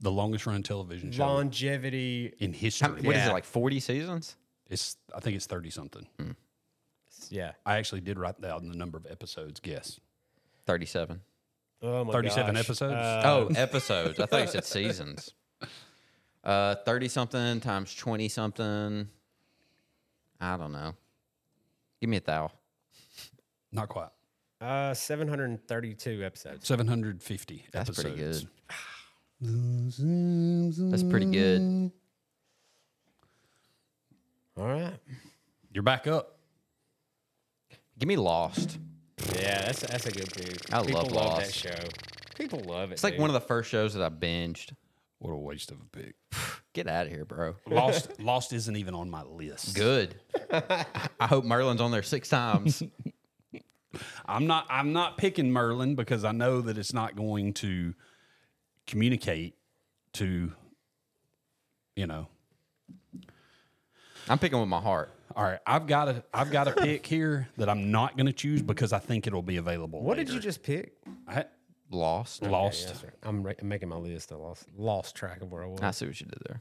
[SPEAKER 1] The longest run television show
[SPEAKER 3] Longevity.
[SPEAKER 1] in
[SPEAKER 2] How-
[SPEAKER 1] history.
[SPEAKER 2] What is
[SPEAKER 3] Yeah.
[SPEAKER 2] it like? Forty seasons?
[SPEAKER 1] It's I think it's thirty something.
[SPEAKER 3] Yeah.
[SPEAKER 1] I actually did write down the number of episodes. Guess
[SPEAKER 2] Thirty-seven.
[SPEAKER 3] Oh my
[SPEAKER 1] thirty-seven
[SPEAKER 3] gosh. Uh,
[SPEAKER 1] episodes.
[SPEAKER 2] oh, episodes. I thought you said seasons. Uh, thirty something times twenty something. I don't know. Give me a thou.
[SPEAKER 1] Not quite.
[SPEAKER 3] Uh, 732 episodes.
[SPEAKER 1] Seven hundred fifty.
[SPEAKER 2] That's
[SPEAKER 1] episodes.
[SPEAKER 2] pretty good. That's pretty good.
[SPEAKER 3] All right.
[SPEAKER 1] You're back up.
[SPEAKER 2] Give me Lost.
[SPEAKER 3] Yeah, that's that's a good pick.
[SPEAKER 2] I
[SPEAKER 3] People
[SPEAKER 2] love
[SPEAKER 3] love that
[SPEAKER 2] Lost.
[SPEAKER 3] show. People love it.
[SPEAKER 2] It's like one of the first shows that I binged.
[SPEAKER 1] What a waste of a pick.
[SPEAKER 2] Get out of here, bro.
[SPEAKER 1] Lost. Lost isn't even on my list.
[SPEAKER 2] Good. I hope Merlin's on there six times.
[SPEAKER 1] I'm not I'm not picking Merlin because I know that it's not going to communicate to you know
[SPEAKER 2] I'm picking with my heart.
[SPEAKER 1] All right, I've got a I've got a pick here that I'm not going to choose because I think it'll be available.
[SPEAKER 3] What did
[SPEAKER 1] later.
[SPEAKER 3] you just pick?
[SPEAKER 1] I,
[SPEAKER 2] Lost.
[SPEAKER 1] lost?
[SPEAKER 3] Yes, sir. I'm, ra- I'm making my list. I lost lost track of where I was.
[SPEAKER 2] I see what you did there.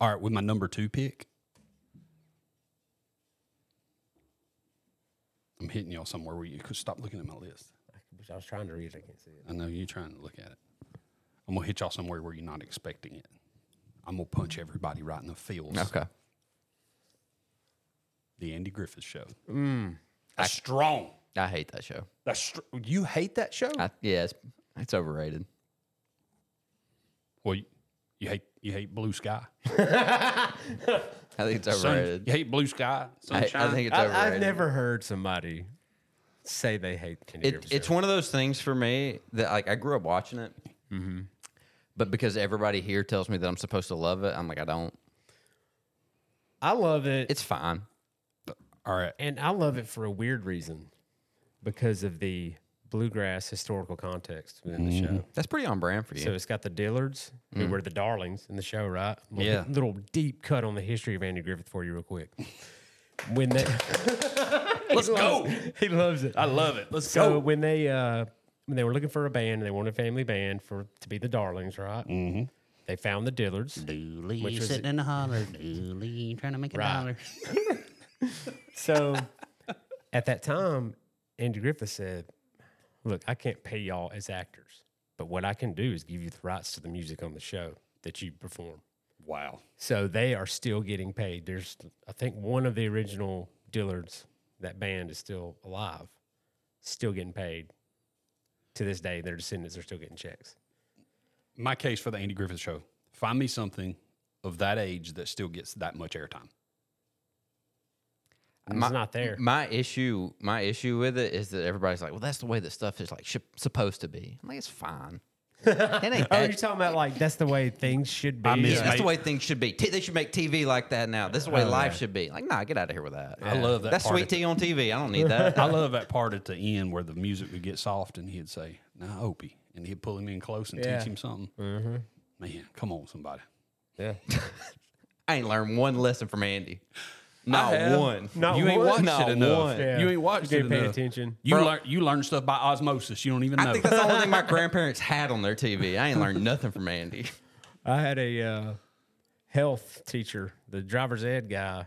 [SPEAKER 1] All right, with my number two pick, I'm hitting y'all somewhere where you could stop looking at my list.
[SPEAKER 3] Which I was trying to read. I can't see it.
[SPEAKER 1] I know you're trying to look at it. I'm gonna hit y'all somewhere where you're not expecting it. I'm gonna punch everybody right in the feels.
[SPEAKER 2] Okay.
[SPEAKER 1] The Andy Griffith Show. Mm. That's strong.
[SPEAKER 2] I hate that show.
[SPEAKER 1] That's str- you hate that show.
[SPEAKER 2] I, yeah, it's, it's overrated.
[SPEAKER 1] well, you, you hate you hate Blue Sky.
[SPEAKER 2] I think it's
[SPEAKER 1] Sun-
[SPEAKER 2] overrated.
[SPEAKER 1] you hate Blue Sky.
[SPEAKER 2] I,
[SPEAKER 1] Sunshine.
[SPEAKER 2] I think it's overrated.
[SPEAKER 3] I, I've never heard somebody say they hate Andy
[SPEAKER 2] It,
[SPEAKER 3] Griffith
[SPEAKER 2] it's
[SPEAKER 3] Show.
[SPEAKER 2] one of those things for me that like I grew up watching it, but because everybody here tells me that I'm supposed to love it, I'm like I don't.
[SPEAKER 3] I love it,
[SPEAKER 2] It's fine.
[SPEAKER 1] All right.
[SPEAKER 3] and I love it for a weird reason, because of the bluegrass historical context within the show.
[SPEAKER 2] That's pretty on brand for you.
[SPEAKER 3] So it's got the Dillards,
[SPEAKER 2] Mm.
[SPEAKER 3] who were the darlings in the show, right? Little-
[SPEAKER 1] Yeah.
[SPEAKER 3] Little deep cut on the history of Andy Griffith for you, real quick. When they,
[SPEAKER 1] Let's go.
[SPEAKER 3] he loves it.
[SPEAKER 1] I love it. Let's
[SPEAKER 3] So
[SPEAKER 1] go.
[SPEAKER 3] when they uh, when they were looking for a band, and they wanted a family band for to be the darlings, right? Mm-hmm. They found the Dillards.
[SPEAKER 4] Dooley
[SPEAKER 3] Which was
[SPEAKER 4] sitting
[SPEAKER 3] it-
[SPEAKER 4] in the holler. Dooley trying to make a
[SPEAKER 3] Right.
[SPEAKER 4] dollar.
[SPEAKER 3] So at that time, Andy Griffith said, Look, I can't pay y'all as actors, but what I can do is give you the rights to the music on the show that you perform.
[SPEAKER 1] Wow.
[SPEAKER 3] So they are still getting paid. There's, I think, one of the original Dillards, that band is still alive, still getting paid. To this day, their descendants are still getting checks.
[SPEAKER 1] My case for the Andy Griffith Show. Find me something of that age that still gets that much airtime.
[SPEAKER 3] It's not there.
[SPEAKER 2] My issue, my issue with it is that everybody's like, well, that's the way that stuff is like sh- supposed to be. I'm like, it's fine. It ain't
[SPEAKER 3] Oh,
[SPEAKER 2] that-
[SPEAKER 3] you're talking about like that's the way things should be.
[SPEAKER 1] I miss
[SPEAKER 2] yeah, that's the
[SPEAKER 1] mate.
[SPEAKER 2] way things should be. T- they should make TV like that now. This is the way life should be. Like, nah, get out of here with that.
[SPEAKER 1] I love that
[SPEAKER 2] That's
[SPEAKER 1] part
[SPEAKER 2] sweet
[SPEAKER 1] of
[SPEAKER 2] tea on TV. I don't need that.
[SPEAKER 1] I love that part at the end where the music would get soft and he'd say, "Now, Opie," and he'd pull him in close and
[SPEAKER 3] Yeah.
[SPEAKER 1] teach him something. Man, come on, somebody.
[SPEAKER 3] Yeah.
[SPEAKER 2] I ain't learned one lesson from Andy. Not
[SPEAKER 1] have.
[SPEAKER 2] one.
[SPEAKER 3] Oh, Not
[SPEAKER 1] you ain't
[SPEAKER 3] one.
[SPEAKER 1] watched
[SPEAKER 2] Not
[SPEAKER 1] it enough.
[SPEAKER 2] one.
[SPEAKER 3] Yeah.
[SPEAKER 1] You ain't watched
[SPEAKER 3] You
[SPEAKER 1] it
[SPEAKER 3] didn't pay
[SPEAKER 1] enough.
[SPEAKER 3] attention.
[SPEAKER 1] You
[SPEAKER 2] Bro.
[SPEAKER 1] learn you learn stuff by osmosis. You don't even know.
[SPEAKER 2] I think that's the only thing my grandparents had on their TV. I ain't learned nothing from Andy.
[SPEAKER 3] I had a uh, health teacher, the driver's ed guy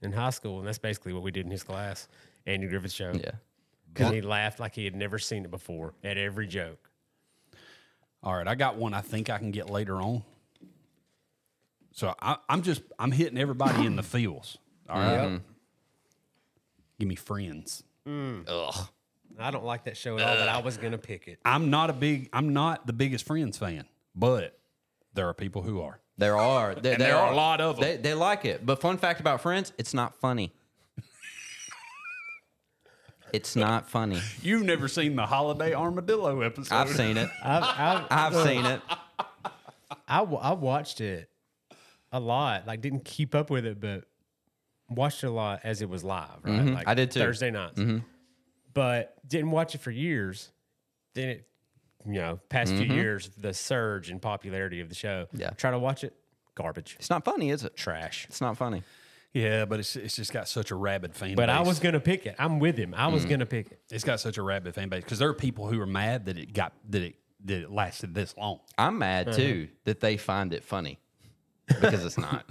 [SPEAKER 3] in high school, and that's basically what we did in his class, Andy Griffith Show.
[SPEAKER 2] Yeah.
[SPEAKER 3] Because he laughed like he had never seen it before at every joke.
[SPEAKER 1] All right, I got one. I think I can get later on. So I, I'm just I'm hitting everybody in the feels. All right, give me friends.
[SPEAKER 2] Ugh.
[SPEAKER 3] I don't like that show at
[SPEAKER 1] Uh.
[SPEAKER 3] all, but I was going to pick it.
[SPEAKER 1] I'm not a big I'm not the biggest Friends fan, but there are people who are.
[SPEAKER 2] There are. There,
[SPEAKER 1] there are a lot of 'em.
[SPEAKER 2] They, they like it. But fun fact about Friends, it's not funny. it's not funny.
[SPEAKER 1] You've never seen the Holiday Armadillo episode.
[SPEAKER 2] I've seen it.
[SPEAKER 3] I, I,
[SPEAKER 2] I've seen it.
[SPEAKER 3] I, wa- I watched it a lot, like didn't keep up with it, but watched it a lot as it was live, right? Like
[SPEAKER 2] Mm-hmm. I did too. Mm-hmm.
[SPEAKER 3] Thursday nights. But didn't watch it for years. Then it, you know, past few years, the surge in popularity of the show.
[SPEAKER 2] Mm-hmm. Yeah.
[SPEAKER 3] Try to watch it, garbage,
[SPEAKER 2] It's not funny, is it?
[SPEAKER 3] trash.
[SPEAKER 2] It's not funny.
[SPEAKER 1] Yeah, but it's it's just got such a rabid fan
[SPEAKER 3] But
[SPEAKER 1] base.
[SPEAKER 3] I was going to pick it. I'm with him. I
[SPEAKER 2] Mm-hmm.
[SPEAKER 3] was going to pick it.
[SPEAKER 1] it's got such a rabid fan base because there are people who are mad that it got that it that it lasted this long.
[SPEAKER 2] I'm mad too that they find it funny because it's not.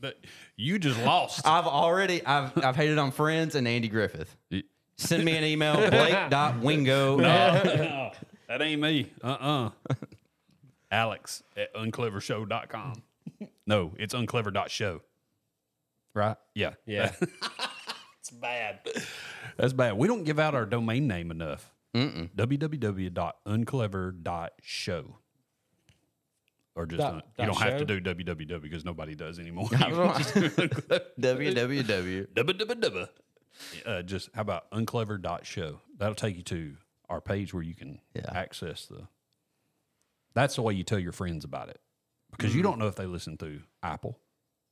[SPEAKER 1] But you just lost.
[SPEAKER 2] I've already I've I've hated on Friends and Andy Griffith. Send me an email, blake.wingo. at-
[SPEAKER 1] that ain't me. Uh uh Alex at unclevershow.com. No, it's unclever.show. Right? Yeah.
[SPEAKER 3] Yeah.
[SPEAKER 1] That's bad. That's bad. We don't give out our domain name enough. Mm-mm. www.unclever.show. Or just,
[SPEAKER 3] Dot-
[SPEAKER 1] un- you
[SPEAKER 3] dot
[SPEAKER 1] don't have to
[SPEAKER 3] show?
[SPEAKER 1] do www because nobody does anymore.
[SPEAKER 2] I don't know. www.
[SPEAKER 1] www. Uh, just how about unclever.show? That'll take you to our page where you can
[SPEAKER 2] Yeah.
[SPEAKER 1] access the. That's the way you tell your friends about it because
[SPEAKER 3] Mm.
[SPEAKER 1] you don't know if they listen through Apple.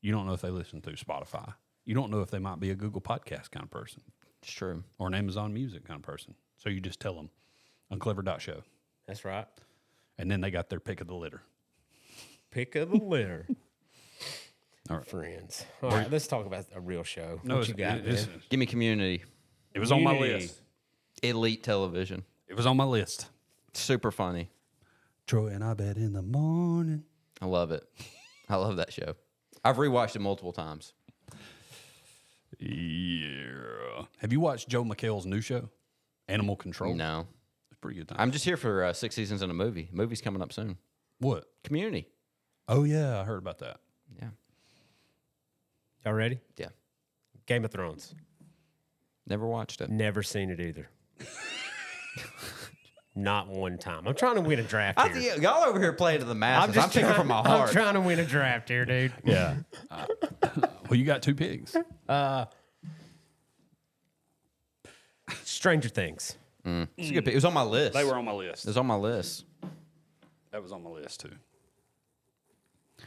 [SPEAKER 1] You don't know if they listen through Spotify. You don't know if they might be a Google Podcast kind of person
[SPEAKER 2] It's true.
[SPEAKER 1] or an Amazon Music kind of person. So you just tell them unclever.show.
[SPEAKER 3] That's right.
[SPEAKER 1] And then they got their pick of the litter.
[SPEAKER 3] Pick of the litter. friends. All right, let's talk about a real show. No, what
[SPEAKER 1] it's-
[SPEAKER 3] you got,
[SPEAKER 1] it, it's-
[SPEAKER 3] man?
[SPEAKER 2] Give me Community,
[SPEAKER 1] it was on my
[SPEAKER 5] Community.
[SPEAKER 1] list.
[SPEAKER 2] elite television,
[SPEAKER 1] It was on my list.
[SPEAKER 2] super funny.
[SPEAKER 1] Troy and I bet in the morning.
[SPEAKER 2] I love it. I love that show. I've rewatched it multiple times.
[SPEAKER 1] Yeah. Have you watched Joe McHale's new show, Animal Control?
[SPEAKER 2] No,
[SPEAKER 1] It's a pretty good time.
[SPEAKER 2] I'm just here for uh, six seasons and a movie. Movie's coming up soon.
[SPEAKER 1] what?
[SPEAKER 2] Community.
[SPEAKER 1] Oh yeah, I heard about that.
[SPEAKER 2] Yeah,
[SPEAKER 3] Y'all ready?
[SPEAKER 2] yeah.
[SPEAKER 3] Game of Thrones.
[SPEAKER 2] Never watched it.
[SPEAKER 3] Never seen it either. Not one time. I'm trying to win a draft
[SPEAKER 2] I
[SPEAKER 3] here.
[SPEAKER 2] think y'all over here playing to the masses. I'm, picking
[SPEAKER 3] trying-
[SPEAKER 2] from my
[SPEAKER 3] I'm
[SPEAKER 2] heart.
[SPEAKER 3] trying to win a draft here, dude.
[SPEAKER 1] Yeah. well, you got two pigs.
[SPEAKER 3] Stranger Things.
[SPEAKER 2] It's a good pick. It was on my list.
[SPEAKER 1] They were on my list.
[SPEAKER 2] It was on my list.
[SPEAKER 1] That was on my list too.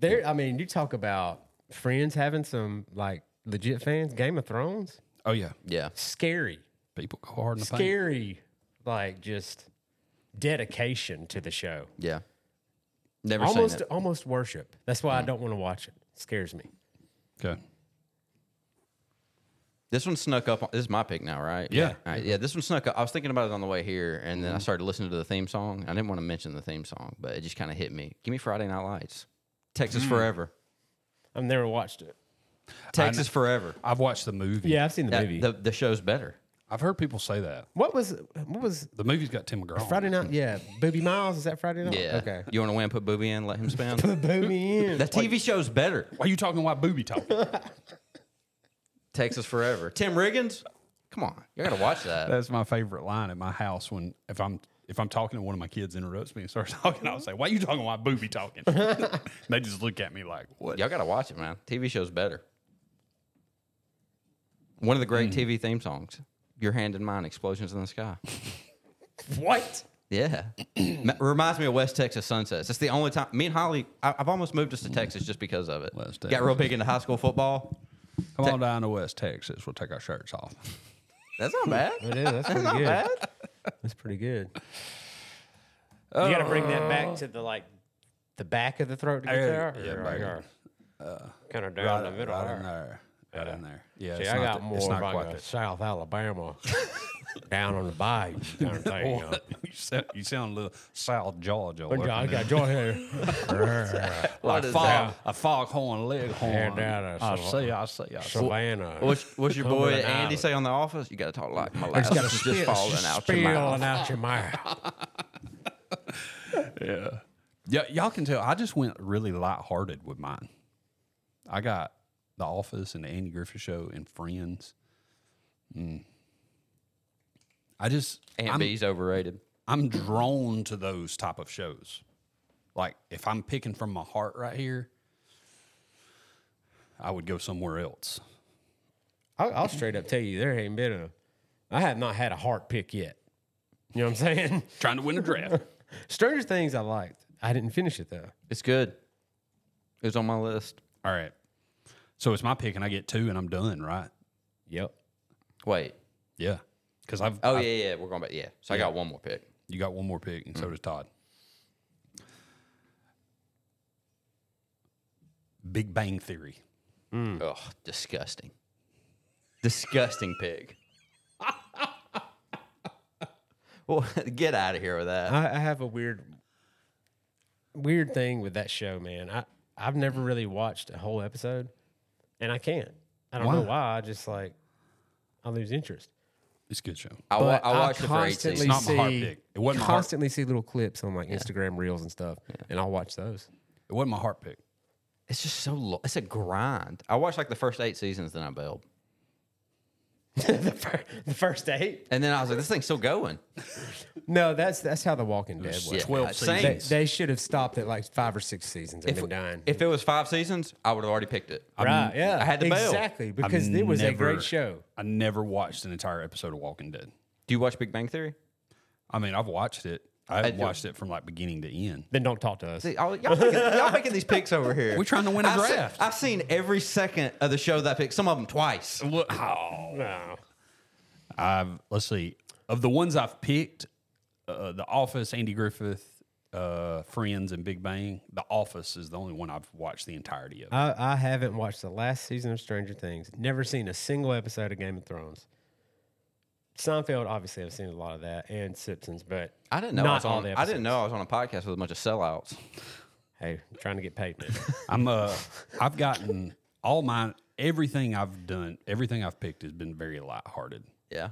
[SPEAKER 3] There. I mean, you talk about Friends having some like legit fans. Game of Thrones.
[SPEAKER 1] Oh yeah,
[SPEAKER 2] Yeah.
[SPEAKER 3] Scary.
[SPEAKER 1] people go hard in the paint.
[SPEAKER 3] Scary. Like just dedication to the show.
[SPEAKER 2] Yeah. Never
[SPEAKER 3] almost
[SPEAKER 2] seen it. Hmm.
[SPEAKER 3] almost worship. That's why I don't want to watch it. Scares me.
[SPEAKER 1] Okay.
[SPEAKER 2] This one snuck up. On, this is my pick now, right?
[SPEAKER 1] Yeah.
[SPEAKER 2] All right, yeah. This one snuck up. I was thinking about it on the way here, and then I started listening to the theme song. I didn't want to mention the theme song, but it just kind of hit me. Give me Friday Night Lights. Texas Forever.
[SPEAKER 3] I've never watched it.
[SPEAKER 2] Texas Forever.
[SPEAKER 1] I've watched the movie.
[SPEAKER 3] Yeah, I've seen the
[SPEAKER 2] That-
[SPEAKER 3] movie.
[SPEAKER 2] the, the show's better.
[SPEAKER 1] I've heard people say that.
[SPEAKER 3] what was what was
[SPEAKER 1] The movie's got Tim McGraw.
[SPEAKER 3] Friday night? Yeah, Booby Miles is that Friday night?
[SPEAKER 2] Yeah.
[SPEAKER 3] Okay.
[SPEAKER 2] You want to win? Put Booby in. Let him spin.
[SPEAKER 3] Booby in.
[SPEAKER 2] the TV show's better.
[SPEAKER 1] Why you talking about booby talk?
[SPEAKER 2] Texas Forever. Tim Riggins. Come on. You gotta watch that.
[SPEAKER 1] That's my favorite line at my house when if I'm if I'm talking and one of my kids interrupts me and starts talking, I'll say, "Why you talking about booby talking?" they just look at me like, "What?"
[SPEAKER 2] Y'all gotta watch it, man. TV show's better. One of the great TV theme songs. Your hand in mine, explosions in the sky.
[SPEAKER 3] What?
[SPEAKER 2] Yeah, Ma- reminds me of West Texas sunsets. It's the only time me and Holly. I, I've almost moved us to Texas just because of it.
[SPEAKER 1] West
[SPEAKER 2] Got real big into high school football.
[SPEAKER 1] Come on down to West Texas. We'll take our shirts off.
[SPEAKER 2] That's not bad.
[SPEAKER 3] It is. That's pretty good. That's pretty good. You got to bring that back to the like the back of the throat to get there.
[SPEAKER 1] Oh. yeah, back. uh,
[SPEAKER 3] kind of down the middle.
[SPEAKER 1] right
[SPEAKER 3] there.
[SPEAKER 1] in there. Right in there. Yeah,
[SPEAKER 3] See,
[SPEAKER 1] it's
[SPEAKER 3] I
[SPEAKER 1] not
[SPEAKER 3] got
[SPEAKER 1] the-
[SPEAKER 3] more
[SPEAKER 1] it's
[SPEAKER 3] of
[SPEAKER 1] not
[SPEAKER 3] like
[SPEAKER 1] quite
[SPEAKER 3] a
[SPEAKER 1] that.
[SPEAKER 3] South Alabama down on the bayou kind of thing. you know.
[SPEAKER 1] you, sound, you sound a little South Georgia.
[SPEAKER 3] But I got Joy here.
[SPEAKER 1] like
[SPEAKER 2] is
[SPEAKER 1] fog,
[SPEAKER 2] that?
[SPEAKER 1] a foghorn leghorn.
[SPEAKER 3] Yeah, that is
[SPEAKER 1] I
[SPEAKER 3] so-
[SPEAKER 1] see, I see, I see.
[SPEAKER 3] Savannah.
[SPEAKER 2] What's, what's your
[SPEAKER 3] Over
[SPEAKER 2] boy
[SPEAKER 3] an
[SPEAKER 2] Andy
[SPEAKER 3] island.
[SPEAKER 2] say on the office? You gotta talk like my
[SPEAKER 3] It's
[SPEAKER 2] last
[SPEAKER 3] got a
[SPEAKER 2] is just
[SPEAKER 3] spill,
[SPEAKER 2] falling out your
[SPEAKER 3] spilling
[SPEAKER 2] mouth.
[SPEAKER 3] out your mouth.
[SPEAKER 1] Yeah, y'all can tell. I just went really lighthearted with mine. I got The Office and The Andy Griffith Show and Friends. Mm. I just
[SPEAKER 2] Aunt
[SPEAKER 1] I'm,
[SPEAKER 2] B's overrated.
[SPEAKER 1] I'm drawn to those type of shows. Like if I'm picking from my heart right here, I would go somewhere else.
[SPEAKER 3] I'll, I'll straight up tell you, there ain't been a. I have not had a heart pick yet. You know what I'm saying?
[SPEAKER 1] Trying to win a draft.
[SPEAKER 3] Stranger Things I liked. I didn't finish it though.
[SPEAKER 2] It's good. It was on my list.
[SPEAKER 1] All right. So it's my pick and I get two and I'm done, right?
[SPEAKER 3] Yep.
[SPEAKER 2] Wait.
[SPEAKER 1] Yeah. Because I've
[SPEAKER 2] Oh
[SPEAKER 1] I've-
[SPEAKER 2] yeah, yeah. We're going back. Yeah. So I got one more pick.
[SPEAKER 1] You got one more pick, and so
[SPEAKER 3] Mm.
[SPEAKER 1] does Todd. Big Bang Theory.
[SPEAKER 3] Hmm.
[SPEAKER 2] Ugh, disgusting. Disgusting pig. well, get out of here with that.
[SPEAKER 3] I, I have a weird, weird thing with that show, man. I I've never really watched a whole episode, and I can't. I don't know why. I just like I lose interest.
[SPEAKER 1] It's a good show.
[SPEAKER 2] I, wa-
[SPEAKER 3] But
[SPEAKER 2] I watched it for eight
[SPEAKER 3] constantly
[SPEAKER 2] seasons.
[SPEAKER 1] It's not my heart
[SPEAKER 3] see-
[SPEAKER 1] pick. It wasn't my heart-
[SPEAKER 3] constantly see little clips on like Instagram reels and stuff, and I'll watch those.
[SPEAKER 1] It wasn't my heart pick.
[SPEAKER 2] It's just so long. It's a grind. I watched like the first eight seasons, then I bailed.
[SPEAKER 3] the, fir- the first eight?
[SPEAKER 2] And then I was like, this thing's still going.
[SPEAKER 3] No, that's that's how The Walking Dead was.
[SPEAKER 2] Yeah,
[SPEAKER 1] 12
[SPEAKER 2] same.
[SPEAKER 3] They, they should have stopped at like five or six seasons and
[SPEAKER 2] If-
[SPEAKER 3] been done.
[SPEAKER 2] If it was five seasons, I would have already picked it.
[SPEAKER 3] right? Yeah,
[SPEAKER 2] I had to bail.
[SPEAKER 3] exactly
[SPEAKER 1] I've
[SPEAKER 3] because it was a
[SPEAKER 1] never-
[SPEAKER 3] great show.
[SPEAKER 1] I never watched an entire episode of Walking Dead.
[SPEAKER 2] Do you watch Big Bang Theory?
[SPEAKER 1] I mean, I've watched it. I haven't
[SPEAKER 2] do.
[SPEAKER 1] watched it from like beginning to end.
[SPEAKER 3] Then don't talk to us.
[SPEAKER 2] See, all- y'all, making, y'all making these picks over here.
[SPEAKER 1] We're trying to win a
[SPEAKER 2] I've seen-
[SPEAKER 1] draft.
[SPEAKER 2] I've seen every second of the show that I picked, some of them twice.
[SPEAKER 1] Look, oh.
[SPEAKER 3] No.
[SPEAKER 1] I've let's see. Of the ones I've picked, uh, The Office, uh, Andy Griffith, uh, Friends, and Big Bang. The Office is the only one I've watched the entirety of.
[SPEAKER 3] I, I haven't watched the last season of Stranger Things. Never seen a single episode of Game of Thrones. Seinfeld, obviously, I've seen a lot of that, and Simpsons. But
[SPEAKER 2] I didn't know I
[SPEAKER 3] Not
[SPEAKER 2] was
[SPEAKER 3] all
[SPEAKER 2] on.
[SPEAKER 3] the
[SPEAKER 2] I didn't know I was on a podcast with a bunch of sellouts.
[SPEAKER 3] hey, I'm trying to get paid. Man.
[SPEAKER 1] I'm uh, I've gotten all my everything I've done, everything I've picked has been very lighthearted,
[SPEAKER 2] Yeah,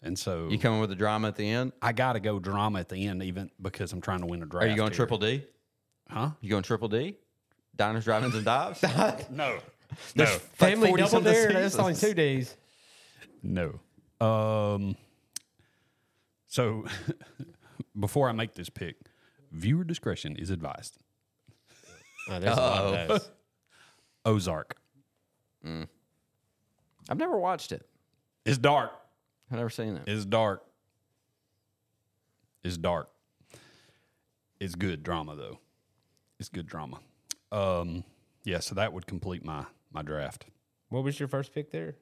[SPEAKER 1] and so
[SPEAKER 2] you coming with the drama at the end?
[SPEAKER 1] I got to go drama at the end, even because I'm trying to win a draft.
[SPEAKER 2] Are you going
[SPEAKER 1] here.
[SPEAKER 2] triple D?
[SPEAKER 1] Huh?
[SPEAKER 2] You going triple D? Diners, drive-ins, and dives.
[SPEAKER 1] No,
[SPEAKER 2] There's
[SPEAKER 1] No.
[SPEAKER 2] like
[SPEAKER 3] Family
[SPEAKER 2] 40
[SPEAKER 3] double
[SPEAKER 2] something
[SPEAKER 3] dare. That's only
[SPEAKER 2] seasons.
[SPEAKER 3] two D's.
[SPEAKER 1] no. Um. So, before I make this pick, viewer discretion is advised.
[SPEAKER 3] Oh, there's a lot of those.
[SPEAKER 1] Ozark.
[SPEAKER 2] I've never watched it.
[SPEAKER 1] It's dark.
[SPEAKER 2] I've never seen it.
[SPEAKER 1] It's dark. It's dark. It's good drama though. It's good drama. Um, yeah, so that would complete my my draft.
[SPEAKER 3] What was your first pick there?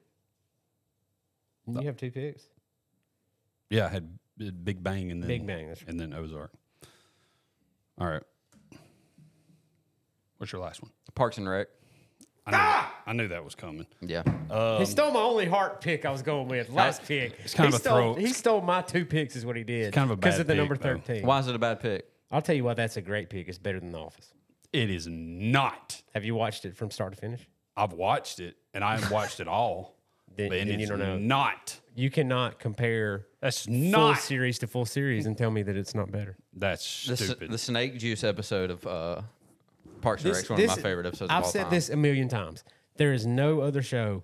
[SPEAKER 3] You have two picks.
[SPEAKER 1] Yeah, I had B- Big Bang and then
[SPEAKER 3] Big Bang, that's right.
[SPEAKER 1] and then Ozark. All right. What's your last one?
[SPEAKER 2] Parks and Rec.
[SPEAKER 1] I knew, ah! I knew that was coming.
[SPEAKER 2] Yeah.
[SPEAKER 1] Oh. Um,
[SPEAKER 3] he stole my only heart pick I was going with last pick. It's
[SPEAKER 1] kind
[SPEAKER 3] he
[SPEAKER 1] of a
[SPEAKER 3] stole,
[SPEAKER 1] throw-
[SPEAKER 3] He stole my two picks, is what he did.
[SPEAKER 1] kind of a
[SPEAKER 3] because
[SPEAKER 1] bad
[SPEAKER 3] of the number
[SPEAKER 1] pick, though.
[SPEAKER 3] thirteen.
[SPEAKER 2] Why is it a bad pick?
[SPEAKER 3] I'll tell you why that's a great pick. It's better than The Office.
[SPEAKER 1] It is not.
[SPEAKER 3] Have you watched it from start to finish?
[SPEAKER 1] I've watched it and I haven't watched it all.
[SPEAKER 3] Then-
[SPEAKER 1] but and
[SPEAKER 3] then you
[SPEAKER 1] it's
[SPEAKER 3] don't know.
[SPEAKER 1] not.
[SPEAKER 3] You cannot compare
[SPEAKER 1] That's
[SPEAKER 3] full
[SPEAKER 1] not.
[SPEAKER 3] series to full series and tell me that it's not better.
[SPEAKER 1] That's
[SPEAKER 2] The, s-
[SPEAKER 1] stupid.
[SPEAKER 2] the snake juice episode of uh, Parks and Rec is one of my favorite episodes.
[SPEAKER 3] I've
[SPEAKER 2] of all
[SPEAKER 3] said
[SPEAKER 2] time.
[SPEAKER 3] this a million times. There is no other show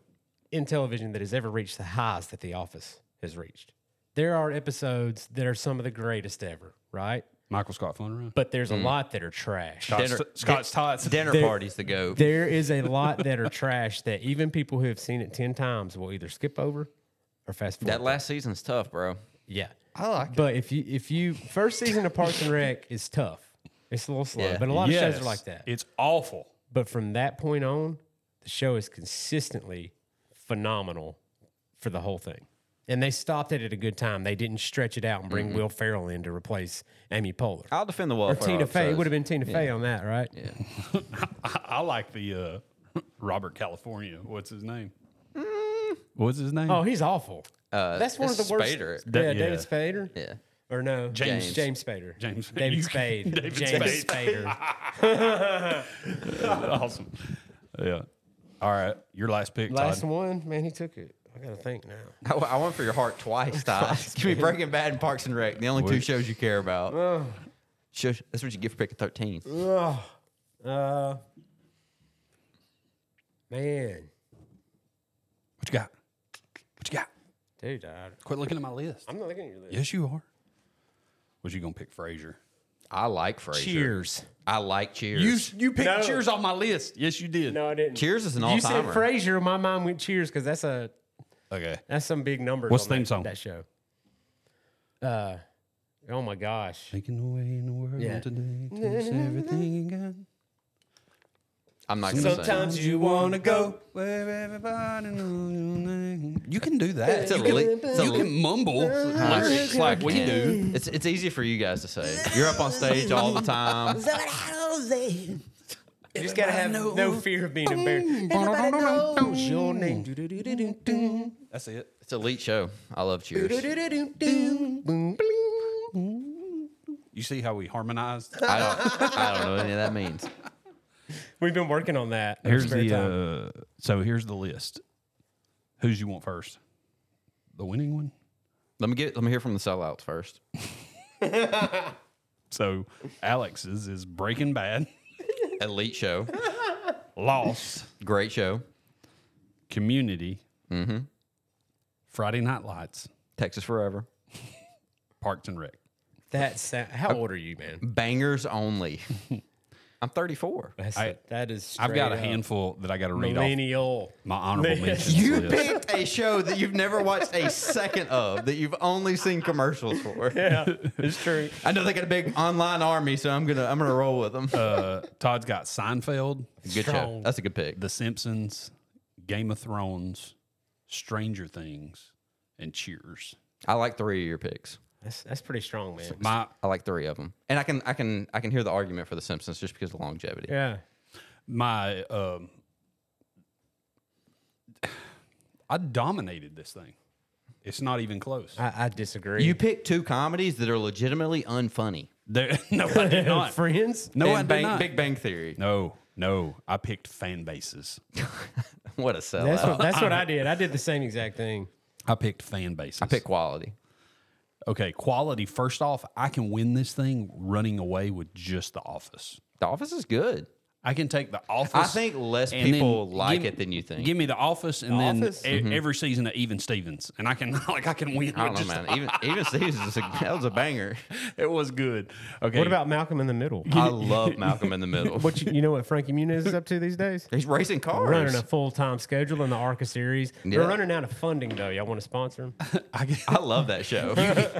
[SPEAKER 3] in television that has ever reached the highs that The Office has reached. There are episodes that are some of the greatest ever, right?
[SPEAKER 1] Michael Scott Fun
[SPEAKER 3] But there's a lot that are trash.
[SPEAKER 1] Scott's,
[SPEAKER 2] Dinner-
[SPEAKER 1] Scott's Tots.
[SPEAKER 2] Dinner
[SPEAKER 3] There-
[SPEAKER 2] parties to go.
[SPEAKER 3] There is a lot that are trash that even people who have seen it 10 times will either skip over or fast forward.
[SPEAKER 2] That last season's tough, bro.
[SPEAKER 3] Yeah, I like. But if you if you first season of Parks and Rec is tough, it's a little slow.
[SPEAKER 2] Yeah.
[SPEAKER 3] But a lot of shows are like that.
[SPEAKER 1] It's awful.
[SPEAKER 3] but from that point on, the show is consistently phenomenal for the whole thing. And they stopped it at a good time. They didn't stretch it out and
[SPEAKER 2] Mm-hmm.
[SPEAKER 3] bring Will Ferrell in to replace Amy Poehler
[SPEAKER 2] I'll defend the wall.
[SPEAKER 3] or Tina Fey. It would have been Tina Fey on that, right?
[SPEAKER 1] I, I like the uh, Robert California. What's his name? What's his name?
[SPEAKER 3] Oh, he's awful.
[SPEAKER 2] Uh,
[SPEAKER 3] That's one of the
[SPEAKER 2] it's
[SPEAKER 3] worst.
[SPEAKER 2] Spader.
[SPEAKER 3] Yeah,
[SPEAKER 1] Yeah.
[SPEAKER 3] David Spader.
[SPEAKER 2] Yeah.
[SPEAKER 3] Or no,
[SPEAKER 1] James.
[SPEAKER 3] James Spader.
[SPEAKER 1] James-
[SPEAKER 3] David
[SPEAKER 1] you-
[SPEAKER 3] Spade.
[SPEAKER 1] David
[SPEAKER 3] James
[SPEAKER 1] Spade.
[SPEAKER 3] Spader.
[SPEAKER 1] awesome. Yeah. All right. Your last pick,
[SPEAKER 3] Last
[SPEAKER 1] Todd.
[SPEAKER 3] one, man, he took it. I gotta think now.
[SPEAKER 2] I, I went for your heart twice, Ty. Give me Breaking Bad and Parks and Rec, the only two shows you care about. Shush, that's what you get for picking 13.
[SPEAKER 3] Oh, uh, man,
[SPEAKER 1] What you got? What you got?
[SPEAKER 3] dude, I,
[SPEAKER 1] Quit looking at my list.
[SPEAKER 3] I'm not looking at your list.
[SPEAKER 1] Yes, you are. Was you gonna pick Frasier?
[SPEAKER 2] I like Frasier.
[SPEAKER 3] Cheers.
[SPEAKER 2] I like Cheers.
[SPEAKER 1] you picked
[SPEAKER 3] No.
[SPEAKER 1] off my list. Yes, you did.
[SPEAKER 3] No, I didn't.
[SPEAKER 2] Cheers is an
[SPEAKER 3] You
[SPEAKER 2] all-timer.
[SPEAKER 3] said Frasier. My mind went Cheers because that's a
[SPEAKER 1] Okay.
[SPEAKER 3] that's some big number.
[SPEAKER 1] What's
[SPEAKER 3] on
[SPEAKER 1] the theme
[SPEAKER 3] that,
[SPEAKER 1] song?
[SPEAKER 3] That show. Uh, oh my gosh.
[SPEAKER 1] Taking away in the world
[SPEAKER 3] Yeah.
[SPEAKER 1] today, takes everything you got.
[SPEAKER 2] I'm not going to say it.
[SPEAKER 3] you wanna go.
[SPEAKER 1] where everybody knows. You can do that.
[SPEAKER 2] It's a
[SPEAKER 1] you can,
[SPEAKER 2] le- it's a
[SPEAKER 1] you
[SPEAKER 2] le-
[SPEAKER 1] can mumble lyrics
[SPEAKER 2] Classic.
[SPEAKER 1] like we do.
[SPEAKER 2] It's, it's easy for you guys to say. You're up on stage all the time.
[SPEAKER 3] You just gotta have no fear of being embarrassed. Your name.
[SPEAKER 1] That's it.
[SPEAKER 2] It's an elite show. I love Cheers.
[SPEAKER 1] You see how we harmonized?
[SPEAKER 2] I don't, I don't know what any of that means.
[SPEAKER 3] We've been working on that. in
[SPEAKER 1] Here's
[SPEAKER 3] spare
[SPEAKER 1] the
[SPEAKER 3] time.
[SPEAKER 1] uh, so here's the list. Who's you want first? The winning one.
[SPEAKER 2] Let me get. Let me hear from the sellouts first.
[SPEAKER 1] So Alex's is Breaking Bad,
[SPEAKER 2] Elite show.
[SPEAKER 1] Lost,
[SPEAKER 2] Great show.
[SPEAKER 1] Community, Friday Night Lights,
[SPEAKER 2] Texas Forever.
[SPEAKER 1] Parks and Rec.
[SPEAKER 3] That sound, how old are you, man?
[SPEAKER 2] Bangers only. I'm 34.
[SPEAKER 3] That's that is.
[SPEAKER 1] I've got a
[SPEAKER 3] straight up
[SPEAKER 1] handful that I got to read off
[SPEAKER 3] Millennial.
[SPEAKER 1] my honorable uh,
[SPEAKER 3] Man.
[SPEAKER 1] mentions.
[SPEAKER 2] You
[SPEAKER 1] list.
[SPEAKER 2] picked a show that you've never watched a second of, that you've only seen commercials for.
[SPEAKER 3] It's true.
[SPEAKER 2] I know they got a big online army, so I'm gonna I'm gonna roll with them.
[SPEAKER 1] Uh, Todd's got Seinfeld,
[SPEAKER 2] good show.
[SPEAKER 3] strong.
[SPEAKER 2] That's a good pick.
[SPEAKER 1] The Simpsons, Game of Thrones, Stranger Things, and Cheers.
[SPEAKER 2] I like three of your picks.
[SPEAKER 3] That's that's pretty strong, man.
[SPEAKER 1] My
[SPEAKER 2] I like three of them, and I can I can I can hear the argument for the Simpsons just because of longevity.
[SPEAKER 3] Yeah.
[SPEAKER 1] my um I dominated this thing. It's not even close.
[SPEAKER 3] I, I disagree.
[SPEAKER 2] You pick two comedies that are legitimately unfunny.
[SPEAKER 1] There, no, I did not.
[SPEAKER 3] friends?
[SPEAKER 1] No, I
[SPEAKER 2] And
[SPEAKER 1] did
[SPEAKER 2] Bang-
[SPEAKER 1] not.
[SPEAKER 2] Big Bang Theory.
[SPEAKER 1] No, no. I picked fan bases.
[SPEAKER 2] What a sellout!
[SPEAKER 3] That's what that's what I did. I did the same exact thing.
[SPEAKER 1] I picked fan bases.
[SPEAKER 2] I pick quality.
[SPEAKER 1] Okay, quality. First off, I can win this thing running away with just the office.
[SPEAKER 2] The Office is good.
[SPEAKER 1] I can take the office.
[SPEAKER 2] I think less
[SPEAKER 1] and then
[SPEAKER 2] people
[SPEAKER 1] give
[SPEAKER 2] like
[SPEAKER 1] me-
[SPEAKER 2] it than you think. Mm-hmm.
[SPEAKER 1] Give me the office and then
[SPEAKER 3] Office?
[SPEAKER 1] e- every season of Even Stevens, and I can like I can win.
[SPEAKER 2] I don't
[SPEAKER 1] with
[SPEAKER 2] know,
[SPEAKER 1] just-
[SPEAKER 2] man. Even even Steve's is a, that was a banger.
[SPEAKER 1] It was good. Okay.
[SPEAKER 3] What about Malcolm in the Middle?
[SPEAKER 2] I love Malcolm in the Middle.
[SPEAKER 3] What you, you know what Frankie Muniz is up to these days?
[SPEAKER 2] He's racing cars.
[SPEAKER 3] Running a full time schedule in the ARCA series.
[SPEAKER 2] Yeah.
[SPEAKER 3] They're running out of funding though. Y'all want to sponsor them?
[SPEAKER 1] I get-
[SPEAKER 2] I love that show.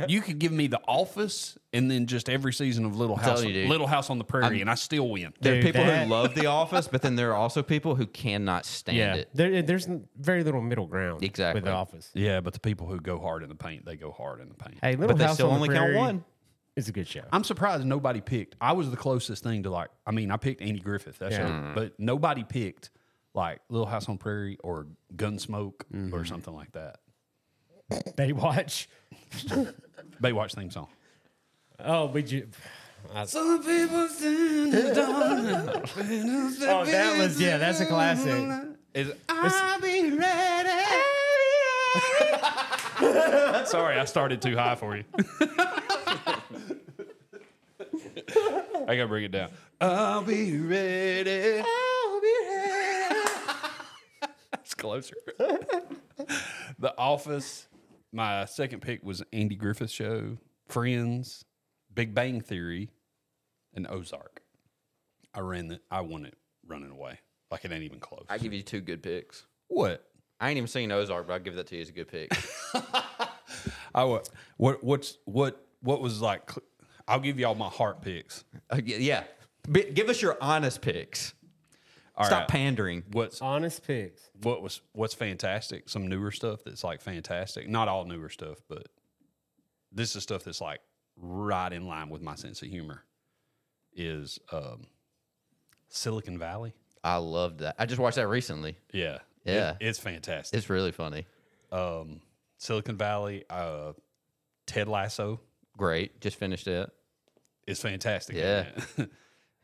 [SPEAKER 1] you could give me the office and then just every season of Little House,
[SPEAKER 2] telling you, dude.
[SPEAKER 1] Little House on the Prairie, and I still win.
[SPEAKER 2] There are
[SPEAKER 3] Dude,
[SPEAKER 2] people
[SPEAKER 3] that-
[SPEAKER 2] who love The Office, but then there are also people who cannot stand
[SPEAKER 1] Yeah.
[SPEAKER 2] it.
[SPEAKER 3] There, there's very little middle ground.
[SPEAKER 2] Exactly.
[SPEAKER 3] With the office.
[SPEAKER 1] Yeah, but the people who go hard in the paint, they go hard in the paint.
[SPEAKER 3] Hey, little
[SPEAKER 2] But they
[SPEAKER 3] house
[SPEAKER 2] still
[SPEAKER 3] on the
[SPEAKER 2] only count
[SPEAKER 3] Prairie
[SPEAKER 2] one.
[SPEAKER 3] It's a good show.
[SPEAKER 1] I'm surprised nobody picked. I was the closest thing to like. I mean, I picked Andy Griffith. That's
[SPEAKER 3] Yeah.
[SPEAKER 2] Mm.
[SPEAKER 1] it. But nobody picked like Little House on Prairie or Gunsmoke
[SPEAKER 3] Mm-hmm.
[SPEAKER 1] or something like that.
[SPEAKER 3] Baywatch.
[SPEAKER 1] Baywatch theme song.
[SPEAKER 3] Oh, but you. I-
[SPEAKER 1] Some people stand in the dark.
[SPEAKER 3] oh, that was yeah. That's a classic.
[SPEAKER 1] Is I'll be ready. Sorry, I started too high for you. I gotta bring it down. I'll be ready. I'll be ready. That's closer. the Office. My second pick was Andy Griffith Show, Friends, Big Bang Theory, and Ozark. I ran it. I won it running away. Like it ain't even close.
[SPEAKER 2] I give you two good picks.
[SPEAKER 1] What?
[SPEAKER 2] I ain't even seen Ozark, but I'll give that to you as a good pick.
[SPEAKER 1] I wa- what what's what what was like cl- I'll give y'all my heart picks.
[SPEAKER 2] Uh, y- yeah. B- give us your honest picks. Stop
[SPEAKER 1] right.
[SPEAKER 2] pandering.
[SPEAKER 1] What's
[SPEAKER 3] Honest picks.
[SPEAKER 1] what was what's fantastic? Some newer stuff that's like fantastic. Not all newer stuff, but this is stuff that's like right in line with my sense of humor. Is um Silicon Valley?
[SPEAKER 2] I loved that. I just watched that recently.
[SPEAKER 1] Yeah. It-
[SPEAKER 2] Yeah.
[SPEAKER 1] it's fantastic.
[SPEAKER 2] It's really funny.
[SPEAKER 1] um Silicon Valley, uh Ted Lasso
[SPEAKER 2] Great. Just finished it.
[SPEAKER 1] is fantastic.
[SPEAKER 2] Yeah.
[SPEAKER 1] isn't it?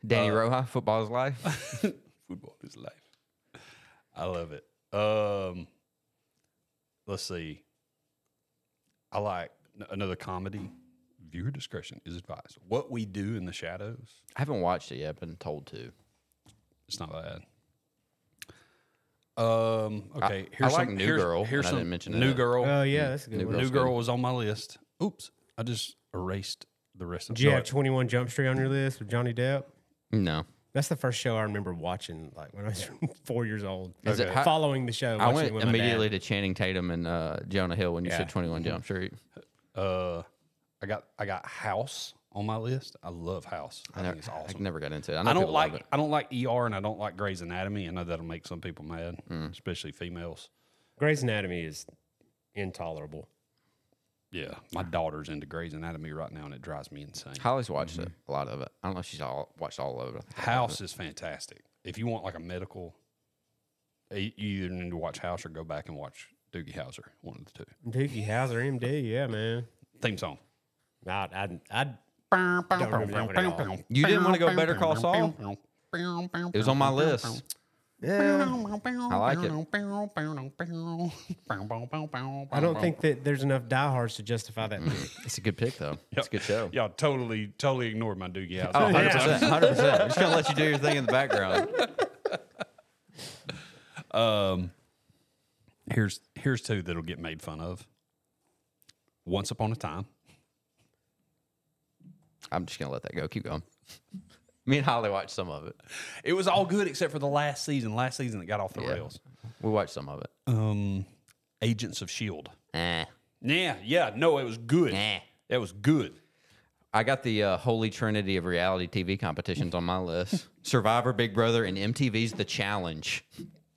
[SPEAKER 2] Danny Roja, Football is Life.
[SPEAKER 1] football is life. I love it. Um, let's see. I like n- another comedy. Viewer discretion is advised. What we do in the shadows.
[SPEAKER 2] I haven't watched it yet. I've been told to.
[SPEAKER 1] It's not bad. Um. Okay.
[SPEAKER 2] I like New Girl, and I didn't mention
[SPEAKER 1] New
[SPEAKER 2] that.
[SPEAKER 1] Girl.
[SPEAKER 3] Oh yeah, that's a good
[SPEAKER 2] New
[SPEAKER 3] one.
[SPEAKER 2] Girl.
[SPEAKER 1] New
[SPEAKER 2] Girl's
[SPEAKER 1] Girl was on my list. Oops. I just erased the rest of
[SPEAKER 3] Do you
[SPEAKER 1] no,
[SPEAKER 3] have Twenty One Jump Street on your list with Johnny Depp?
[SPEAKER 2] No.
[SPEAKER 3] That's the first show I remember watching, like when I was four years old.
[SPEAKER 2] Is it-
[SPEAKER 3] Okay.
[SPEAKER 2] how-
[SPEAKER 3] following the show?
[SPEAKER 2] I
[SPEAKER 3] watching
[SPEAKER 2] went
[SPEAKER 3] it with my dad.
[SPEAKER 2] immediately to Channing Tatum and uh, Jonah Hill when you
[SPEAKER 3] Yeah.
[SPEAKER 2] said 21 Jump Street.
[SPEAKER 1] Uh, I got I got House on my list. I love House. I, think it's awesome.
[SPEAKER 2] I never got into it. I, know
[SPEAKER 1] I don't
[SPEAKER 2] people love
[SPEAKER 1] like
[SPEAKER 2] it.
[SPEAKER 1] I don't like ER and I don't like Grey's Anatomy. I know that'll make some people mad,
[SPEAKER 2] Hmm.
[SPEAKER 1] especially females.
[SPEAKER 3] Grey's Anatomy is intolerable.
[SPEAKER 1] Yeah, my daughter's into Grey's Anatomy right now, and it drives me insane.
[SPEAKER 2] Holly's watched it, a lot of it. I don't know if she's all watched all of it.
[SPEAKER 1] House is fantastic. If you want like a medical, e, you either need to watch House or go back and watch Doogie Howser. One of the two.
[SPEAKER 3] Doogie Howser, MD, yeah, man.
[SPEAKER 1] Theme song.
[SPEAKER 3] I, I, I
[SPEAKER 4] Don't
[SPEAKER 3] remember that one at all.
[SPEAKER 2] You didn't wanna go Better Call Saul? It was on my list.
[SPEAKER 3] yeah.
[SPEAKER 4] I
[SPEAKER 2] like it.
[SPEAKER 3] I don't think that there's enough diehards to justify that. pick.
[SPEAKER 2] It's a good pick, though. It's a good show.
[SPEAKER 1] Y'all totally totally ignored my Doogie Howser.
[SPEAKER 2] Oh, 100%. 100%. I'm just going to let you do your thing in the background.
[SPEAKER 1] Um, here's here's two that'll get made fun of. Once upon a time,
[SPEAKER 2] I'm just going to let that go. Keep going. Me and Holly watched some of it.
[SPEAKER 1] it was all good except for the last season. Last season it got off the
[SPEAKER 2] Yeah.
[SPEAKER 1] rails.
[SPEAKER 2] We watched some of it.
[SPEAKER 1] Um, Agents of Shield.
[SPEAKER 2] Eh.
[SPEAKER 1] Yeah, yeah, no, it was good.
[SPEAKER 2] Eh.
[SPEAKER 1] It was good.
[SPEAKER 2] I got the uh, holy trinity of reality TV competitions on my list Survivor, Big Brother, and MTV's The Challenge.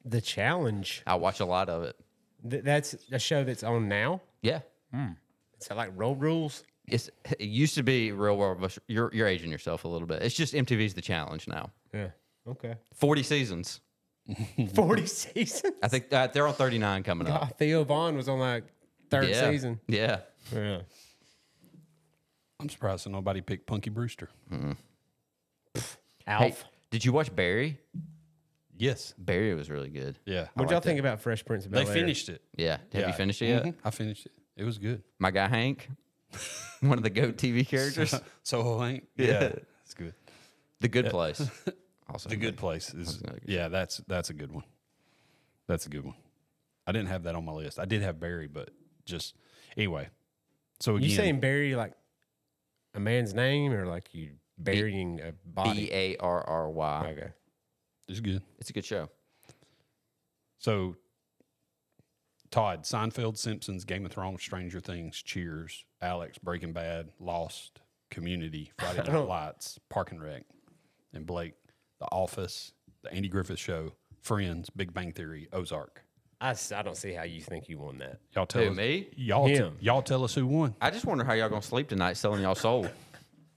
[SPEAKER 3] the challenge.
[SPEAKER 2] I watch a lot of it.
[SPEAKER 3] Th- that's a show that's on now.
[SPEAKER 2] Yeah.
[SPEAKER 3] Is that like Road Rules?
[SPEAKER 2] it's it used to be Real World. but You're you're aging yourself a little bit. It's just MTV's the challenge now.
[SPEAKER 3] Yeah. Okay.
[SPEAKER 2] Forty seasons.
[SPEAKER 3] 40 seasons.
[SPEAKER 2] I think uh, they're on thirty nine coming up.
[SPEAKER 3] God, Theo Vaughn was on like third
[SPEAKER 2] yeah.
[SPEAKER 3] season.
[SPEAKER 2] Yeah.
[SPEAKER 3] Yeah.
[SPEAKER 1] I'm surprised that nobody picked Punky Brewster.
[SPEAKER 2] Hey,
[SPEAKER 3] Alf.
[SPEAKER 2] did you watch Barry?
[SPEAKER 1] Yes.
[SPEAKER 2] Barry was really good.
[SPEAKER 1] Yeah.
[SPEAKER 3] what y'all think about Fresh Prince of
[SPEAKER 1] They
[SPEAKER 3] Bel Air?
[SPEAKER 1] finished it.
[SPEAKER 2] Yeah. Have you
[SPEAKER 1] Yeah. Mm-hmm.
[SPEAKER 2] finished it yet?
[SPEAKER 3] Mm-hmm.
[SPEAKER 1] I finished it. It was good.
[SPEAKER 2] My guy Hank, one of the GOAT TV characters.
[SPEAKER 1] So Hank.
[SPEAKER 2] Yeah.
[SPEAKER 1] it's good.
[SPEAKER 2] the Good Place. Also,
[SPEAKER 1] The Good Place is yeah. That's that's a good one. That's a good one. I didn't have that on my list. I did have Barry, but just anyway. So again,
[SPEAKER 3] You saying bury like a man's name or like you burying a
[SPEAKER 2] B
[SPEAKER 3] body?
[SPEAKER 2] A R R Y.
[SPEAKER 3] okay.
[SPEAKER 1] it's good.
[SPEAKER 2] It's a good show.
[SPEAKER 1] So Todd, Seinfeld, Simpsons, Game of Thrones, Stranger Things, Cheers, Alex, Breaking Bad, Lost, Community, Friday Night Lights, Park and Rec, and Blake, The Office, The Andy Griffith Show, Friends, Big Bang Theory, Ozark.
[SPEAKER 3] I, s- I don't see how you think you won that.
[SPEAKER 1] Y'all tell
[SPEAKER 2] Who,
[SPEAKER 1] us,
[SPEAKER 2] me?
[SPEAKER 1] Y'all, t-
[SPEAKER 3] Him.
[SPEAKER 1] y'all tell us who won.
[SPEAKER 2] I just wonder how y'all gonna sleep tonight selling y'all soul.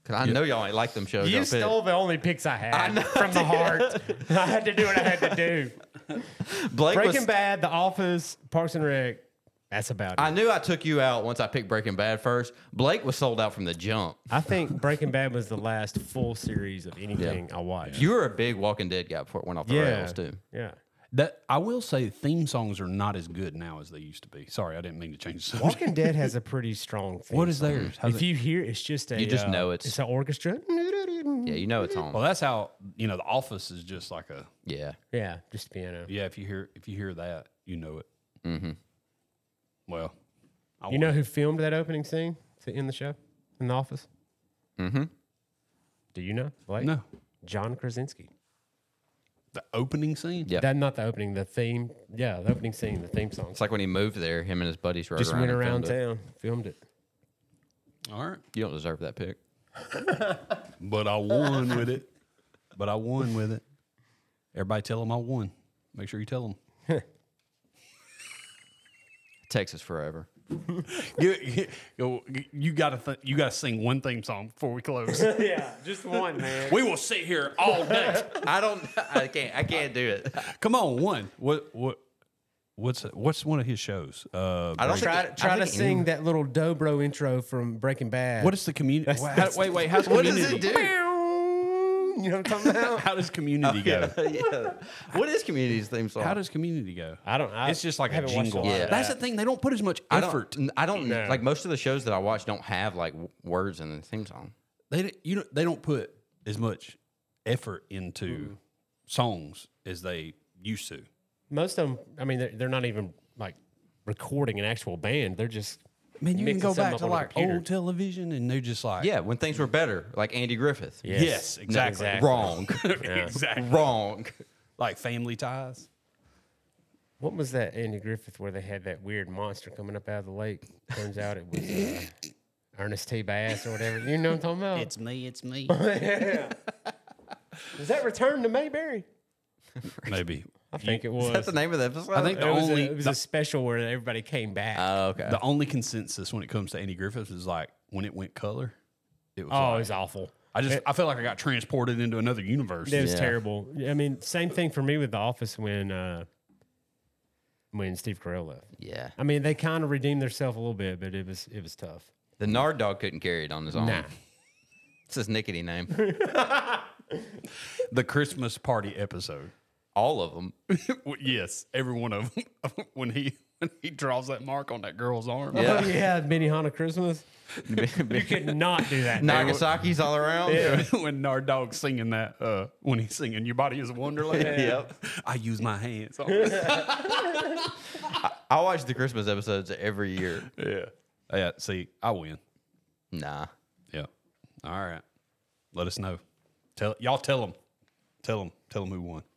[SPEAKER 2] Cause I know y'all ain't like them shows.
[SPEAKER 3] You
[SPEAKER 2] y'all pick.
[SPEAKER 3] stole the only picks I had from the heart. I had to do what I had to do.
[SPEAKER 2] Blake was-
[SPEAKER 3] Breaking Bad, The Office, Parks and Rec. That's about it.
[SPEAKER 2] I
[SPEAKER 3] I,
[SPEAKER 2] knew I took you out once I picked Breaking Bad first. Blake was sold out from the jump.
[SPEAKER 3] think Breaking Bad was the last full series of anything I watched.
[SPEAKER 2] You were a big Walking Dead guy before it went off the
[SPEAKER 3] yeah.
[SPEAKER 2] rails too.
[SPEAKER 3] Yeah.
[SPEAKER 1] That I will say, theme songs are not as good now as they used to be. Sorry, I didn't mean to change the subject.
[SPEAKER 3] Walking Dead has a pretty strong thing.
[SPEAKER 1] What is theirs? How's
[SPEAKER 3] if you hear, it's just a.
[SPEAKER 2] You just
[SPEAKER 3] uh,
[SPEAKER 2] know it's-
[SPEAKER 3] It's an orchestra.
[SPEAKER 2] Yeah, you know it's on.
[SPEAKER 1] Well, that's how you know the Office is just like a
[SPEAKER 2] yeah,
[SPEAKER 3] Yeah, just piano.
[SPEAKER 1] yeah. If you hear if you hear that, you know it. Mm-hmm. Well, I
[SPEAKER 3] You know who filmed that opening scene to end the show in the office? Mm-hmm. Do you know? Blake?
[SPEAKER 1] No,
[SPEAKER 3] John Krasinski.
[SPEAKER 1] the opening scene.
[SPEAKER 2] Yeah.
[SPEAKER 3] That not the opening, the theme. Yeah, the opening scene, the theme song.
[SPEAKER 2] it's like when he moved there, him and his buddies rode
[SPEAKER 3] Just
[SPEAKER 2] around.
[SPEAKER 3] went
[SPEAKER 2] and filmed
[SPEAKER 3] around
[SPEAKER 2] it.
[SPEAKER 3] town, filmed it.
[SPEAKER 1] All right,
[SPEAKER 2] You don't deserve that pick.
[SPEAKER 1] but I won with it. But I won with it. Everybody tell them I won. Make sure you tell them.
[SPEAKER 2] Texas forever.
[SPEAKER 1] You, you, you gotta th- you gotta sing one theme song before we close.
[SPEAKER 3] yeah, just one, man.
[SPEAKER 1] we will sit here all day.
[SPEAKER 2] I don't. I can't. I can't do it.
[SPEAKER 1] Come on, one. What what what's what's one of his shows? Uh,
[SPEAKER 2] I don't
[SPEAKER 1] Break-
[SPEAKER 2] try.
[SPEAKER 3] Try, try to sing that little dobro intro from Breaking Bad.
[SPEAKER 1] What is the community? Wait, wait. How's
[SPEAKER 2] What
[SPEAKER 1] community?
[SPEAKER 2] does it do?
[SPEAKER 3] You know what I'm talking about?
[SPEAKER 1] How does community go?
[SPEAKER 2] yeah. What is Community's theme song?
[SPEAKER 1] How does community go?
[SPEAKER 3] I don't. I,
[SPEAKER 1] It's just like a
[SPEAKER 3] haven't watched
[SPEAKER 1] jingle.
[SPEAKER 3] lot of
[SPEAKER 2] Yeah.
[SPEAKER 3] that.
[SPEAKER 1] That's the thing. They don't put as much
[SPEAKER 2] I don't.
[SPEAKER 1] effort.
[SPEAKER 2] I don't
[SPEAKER 3] No.
[SPEAKER 2] like most of the shows that I watch don't have like w- words in the theme song.
[SPEAKER 1] They don't- you know they don't put as much effort into songs as they used to.
[SPEAKER 3] most of them. I mean, they're, they're not even like recording an actual band. They're just.
[SPEAKER 1] I mean, you
[SPEAKER 3] mixing
[SPEAKER 1] can go
[SPEAKER 3] something
[SPEAKER 1] back
[SPEAKER 3] up
[SPEAKER 1] to
[SPEAKER 3] on a
[SPEAKER 1] like
[SPEAKER 3] computer.
[SPEAKER 1] old television, and they're just like,
[SPEAKER 2] Yeah, when things were better, like Andy Griffith.
[SPEAKER 1] yes, exactly,
[SPEAKER 3] exactly.
[SPEAKER 2] Wrong.
[SPEAKER 1] exactly,
[SPEAKER 2] Wrong.
[SPEAKER 1] like Family Ties.
[SPEAKER 3] What was that Andy Griffith where they had that weird monster coming up out of the lake? Turns out it was uh, Ernest T. Bass or whatever. You know what I'm talking about?
[SPEAKER 4] It's me, it's me.
[SPEAKER 3] Is that Return to Mayberry?
[SPEAKER 1] Maybe
[SPEAKER 3] I think it
[SPEAKER 2] That's
[SPEAKER 3] was.
[SPEAKER 2] the name of the episode.
[SPEAKER 1] I think the
[SPEAKER 3] it was,
[SPEAKER 1] only
[SPEAKER 3] a, it was a special where everybody came back.
[SPEAKER 2] Oh, okay.
[SPEAKER 1] the only consensus when it comes to Andy Griffith is like when it went color. It was.
[SPEAKER 3] oh, it
[SPEAKER 1] like-
[SPEAKER 3] was awful.
[SPEAKER 1] I just I felt like I got transported into another universe.
[SPEAKER 3] It was
[SPEAKER 2] Yeah.
[SPEAKER 3] terrible. I mean, same thing for me with The Office when uh, when Steve Carell left.
[SPEAKER 2] yeah.
[SPEAKER 3] I mean, they kind of redeemed themselves a little bit, but it was it was tough.
[SPEAKER 2] The Nard dog couldn't carry it on his own.
[SPEAKER 3] Nah.
[SPEAKER 2] It's his nickety name.
[SPEAKER 1] The Christmas party episode.
[SPEAKER 2] All of them.
[SPEAKER 1] Well, yes, every one of them. when he when he draws that mark on that girl's arm.
[SPEAKER 2] Yeah.
[SPEAKER 3] Oh yeah, Benihana Christmas. You could not do that. now.
[SPEAKER 2] Nagasaki's all around.
[SPEAKER 1] when Nard Dog's singing that, uh, when he's singing "Your Body Is a Wonderland,"
[SPEAKER 2] Yep.
[SPEAKER 1] I use my hands. yeah,
[SPEAKER 2] I watch the Christmas episodes every year.
[SPEAKER 1] yeah. See, I win.
[SPEAKER 2] Nah.
[SPEAKER 1] Yeah. All right. Let us know. Tell y'all. Tell them. Tell them. Tell them who won.